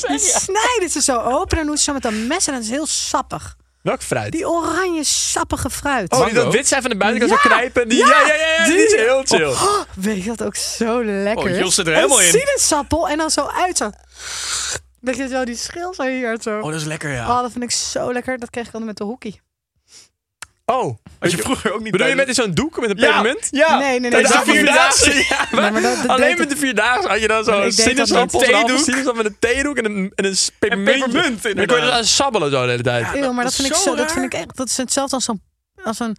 Speaker 2: die snijden ze zo open en doen ze zo met een mes. En dat is heel sappig.
Speaker 3: Welk fruit?
Speaker 2: Die oranje sappige fruit.
Speaker 3: Oh, die dat wit zijn van de buitenkant zo
Speaker 2: Ja,
Speaker 3: knijpen. Die, ja, ja, ja, ja, die is heel chill.
Speaker 2: Oh, weet je dat ook zo lekker
Speaker 4: Oh,
Speaker 2: is?
Speaker 4: Jos zit er helemaal
Speaker 2: een
Speaker 4: in.
Speaker 2: sinaasappel en dan zo uit zo. Weet je wel, die schil zo hier uit zo.
Speaker 4: Oh, dat is lekker, ja.
Speaker 2: Oh, dat vind ik zo lekker. Dat kreeg ik altijd met de hoekie.
Speaker 3: Oh,
Speaker 4: Als je vroeger ook niet...
Speaker 3: bedoel je
Speaker 4: bij-
Speaker 3: met zo'n doek met een permanent?
Speaker 4: Ja,
Speaker 2: Nee, nee, nee.
Speaker 3: Tijdens
Speaker 2: dat
Speaker 3: de
Speaker 2: was-
Speaker 3: vierdaagse. Ja, maar
Speaker 2: Nee, maar dat- dat
Speaker 3: alleen
Speaker 2: deed
Speaker 3: met de vierdaagse had je dan
Speaker 2: Maar
Speaker 3: zo'n
Speaker 2: ik deed dat
Speaker 3: sinaasappel,
Speaker 2: niet.
Speaker 3: een halve
Speaker 4: Theedoek.
Speaker 3: sinaasappel met een theedoek en een, en een pepermuntje.
Speaker 4: pepermunt,
Speaker 3: En dan kon je
Speaker 4: inderdaad.
Speaker 3: dus aan sabbelen zo de hele tijd.
Speaker 2: Eeuw, maar dat,
Speaker 4: dat
Speaker 2: vind ik
Speaker 4: is
Speaker 2: zo.
Speaker 4: zo
Speaker 2: Dat
Speaker 4: raar.
Speaker 2: vind ik echt. Dat is hetzelfde als zo'n als een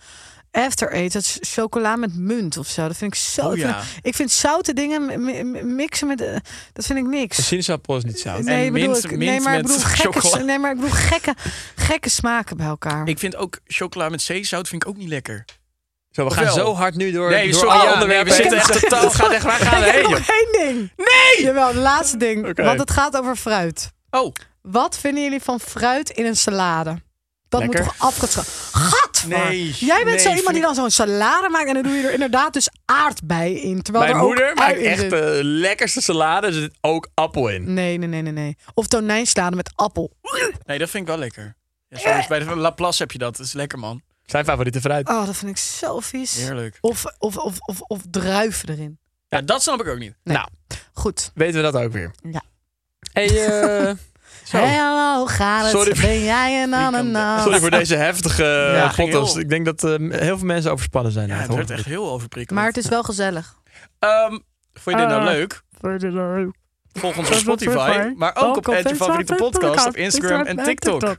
Speaker 2: after eat. Dat is chocola met munt of zo. Dat vind ik zo.
Speaker 4: Oh,
Speaker 2: ik, vind,
Speaker 4: ja.
Speaker 2: ik vind zoute dingen mi- mi- mi- mixen met. eh, dat vind ik
Speaker 3: Een
Speaker 2: niks.
Speaker 3: sinaasappel is niet zout.
Speaker 2: Nee,
Speaker 4: en
Speaker 2: bedoel
Speaker 4: mint-
Speaker 2: ik, nee,
Speaker 4: mint
Speaker 2: maar ik
Speaker 4: met
Speaker 2: bedoel gekke,
Speaker 4: chocola.
Speaker 2: nee, maar ik bedoel gekke, gekke smaken bij elkaar.
Speaker 4: Ik vind ook chocola met zeezout vind ik ook niet lekker.
Speaker 3: Zo, we gaan
Speaker 4: Ofwel.
Speaker 3: zo hard nu door,
Speaker 4: Nee,
Speaker 3: door
Speaker 4: sorry,
Speaker 3: alle
Speaker 4: ja,
Speaker 3: onderwerpen.
Speaker 4: nee, we
Speaker 3: heen.
Speaker 4: zitten echt totaal-
Speaker 3: Het gaat echt, waar gaan we
Speaker 2: ik heb
Speaker 3: heen?
Speaker 2: nog één ding. Nee! Jawel, het laatste ding.
Speaker 3: Oké.
Speaker 2: Want het gaat over fruit.
Speaker 4: Oh.
Speaker 2: Wat vinden jullie van fruit in een salade? Dat moet
Speaker 3: Lekker.
Speaker 2: toch afgetrapt. Gadver!
Speaker 4: Nee,
Speaker 2: Jij bent
Speaker 4: nee,
Speaker 2: zo iemand
Speaker 4: vind
Speaker 2: die dan zo'n salade maakt en dan doe je er inderdaad dus aardbei in. Terwijl
Speaker 3: Mijn
Speaker 2: er ook
Speaker 3: moeder
Speaker 2: ui
Speaker 3: maakt
Speaker 2: in
Speaker 3: echt
Speaker 2: zit.
Speaker 3: de lekkerste salade. Er zit ook appel in.
Speaker 2: Nee, nee, nee, nee, nee. Of tonijnsalade met appel.
Speaker 4: Nee, dat vind ik wel lekker. Ja, zoals bij de Laplace heb je dat. Dat is lekker, man.
Speaker 3: Zijn favoriete fruit.
Speaker 2: Oh, dat vind ik zo vies.
Speaker 4: Heerlijk.
Speaker 2: Of, of, of, of, of druiven erin.
Speaker 4: Ja, dat snap ik ook niet.
Speaker 3: Nou,
Speaker 2: Goed.
Speaker 3: weten we dat ook weer.
Speaker 2: Ja.
Speaker 3: Hey, eh, Zo.
Speaker 2: Hey, hallo, gaat het?
Speaker 3: Sorry.
Speaker 2: Ben jij een ananas?
Speaker 3: sorry voor deze heftige
Speaker 4: Ja,
Speaker 3: Oh. ja,
Speaker 4: ging heel-
Speaker 3: Ik denk dat eh, heel veel mensen overspannen zijn.
Speaker 4: Ja,
Speaker 3: na
Speaker 4: het
Speaker 3: horen.
Speaker 4: werd echt heel overprikkelend.
Speaker 2: Maar het is wel gezellig.
Speaker 4: Ehm, vond je dit nou
Speaker 2: Ah.
Speaker 4: leuk? Volg ons op Spotify,
Speaker 2: Spotify.
Speaker 4: maar ook op Ed, je favoriete podcast, op Instagram en TikTok.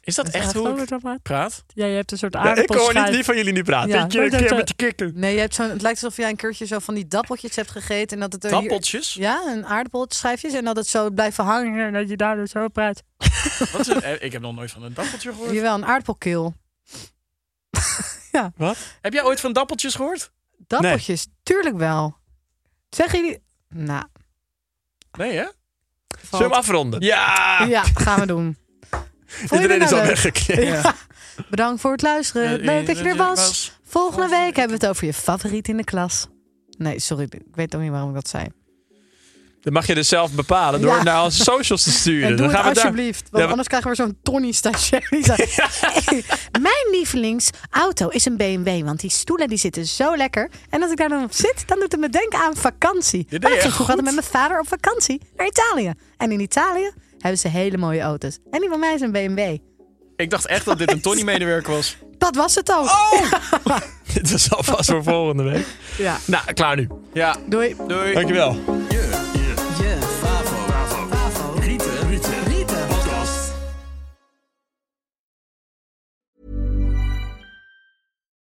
Speaker 4: Is dat echt hoe ik praat?
Speaker 8: Ja, je hebt een soort
Speaker 3: Ja, ik hoor niet
Speaker 8: aardappelschijf.
Speaker 3: wie van jullie niet praten.
Speaker 2: Ja.
Speaker 3: Ik eh, keer met je kikken.
Speaker 2: Nee, je hebt zo'n, het lijkt alsof jij een keertje zo van die dappeltjes hebt gegeten. En dat het er hier-
Speaker 4: Tappeltjes?
Speaker 2: ja, een aardappelschijfjes. En dat het zo blijft hangen.
Speaker 8: En dat je daar dus zo praat.
Speaker 4: Wat is- eh, Ik heb nog nooit van een dappeltje gehoord.
Speaker 2: Jawel, een aardappelkeel.
Speaker 4: Heb jij ooit van dappeltjes gehoord?
Speaker 2: Dappeltjes, tuurlijk wel. Zeggen jullie... Nou,
Speaker 4: Nee, hè?
Speaker 3: Zullen we hem afronden?
Speaker 4: Ja!
Speaker 2: ja, gaan we doen. Vond je dit
Speaker 3: Iedereen is
Speaker 2: nou
Speaker 3: al
Speaker 2: leuk?
Speaker 3: weggeknipt.
Speaker 2: Ja. Bedankt voor het luisteren. leuk dat je er was. Volgende week hebben we het over je favoriet in de klas. Nee, sorry, ik weet ook niet waarom ik dat zei.
Speaker 3: Dat mag je dus zelf bepalen door
Speaker 2: Ja.
Speaker 3: naar onze socials te sturen.
Speaker 2: En doe
Speaker 3: Dan gaan
Speaker 2: het
Speaker 3: we daar...
Speaker 2: alsjeblieft, want
Speaker 3: Ja, maar-
Speaker 2: anders krijgen we zo'n Tony stagiair. die zegt, "Hey, Mijn lievelingsauto is een BMW, want die stoelen die zitten zo lekker. En als ik daar dan op zit, dan doet het me denken aan vakantie. Want
Speaker 4: deed je
Speaker 2: ik ging
Speaker 4: echt
Speaker 2: vroeger altijd met mijn vader op vakantie naar Italië. En in Italië hebben ze hele mooie auto's. En die van mij is een BMW.
Speaker 4: Ik dacht echt dat dit een Tony-medewerker was.
Speaker 2: Dat was het ook.
Speaker 3: Oh! Dit is alvast voor volgende week.
Speaker 2: Ja.
Speaker 3: Nou, klaar nu.
Speaker 4: Ja,
Speaker 2: Doei.
Speaker 4: doei.
Speaker 3: Dankjewel.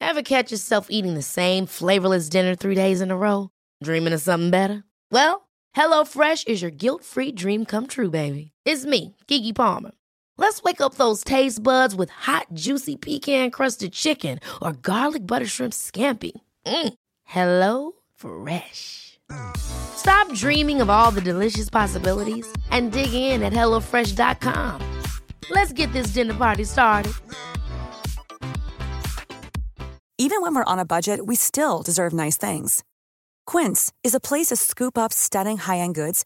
Speaker 9: Ever catch yourself eating the same flavorless dinner three days in a row? Dreaming of something better? Well, HelloFresh is your guilt free dream come true, baby. It's me, Kiki Palmer. Let's wake up those taste buds with hot, juicy pecan crusted chicken or garlic butter shrimp scampi. Mm. Hello Fresh. Stop dreaming of all the delicious possibilities and dig in at HelloFresh.com. Let's get this dinner party started.
Speaker 10: Even when we're on a budget, we still deserve nice things. Quince is a place to scoop up stunning high end goods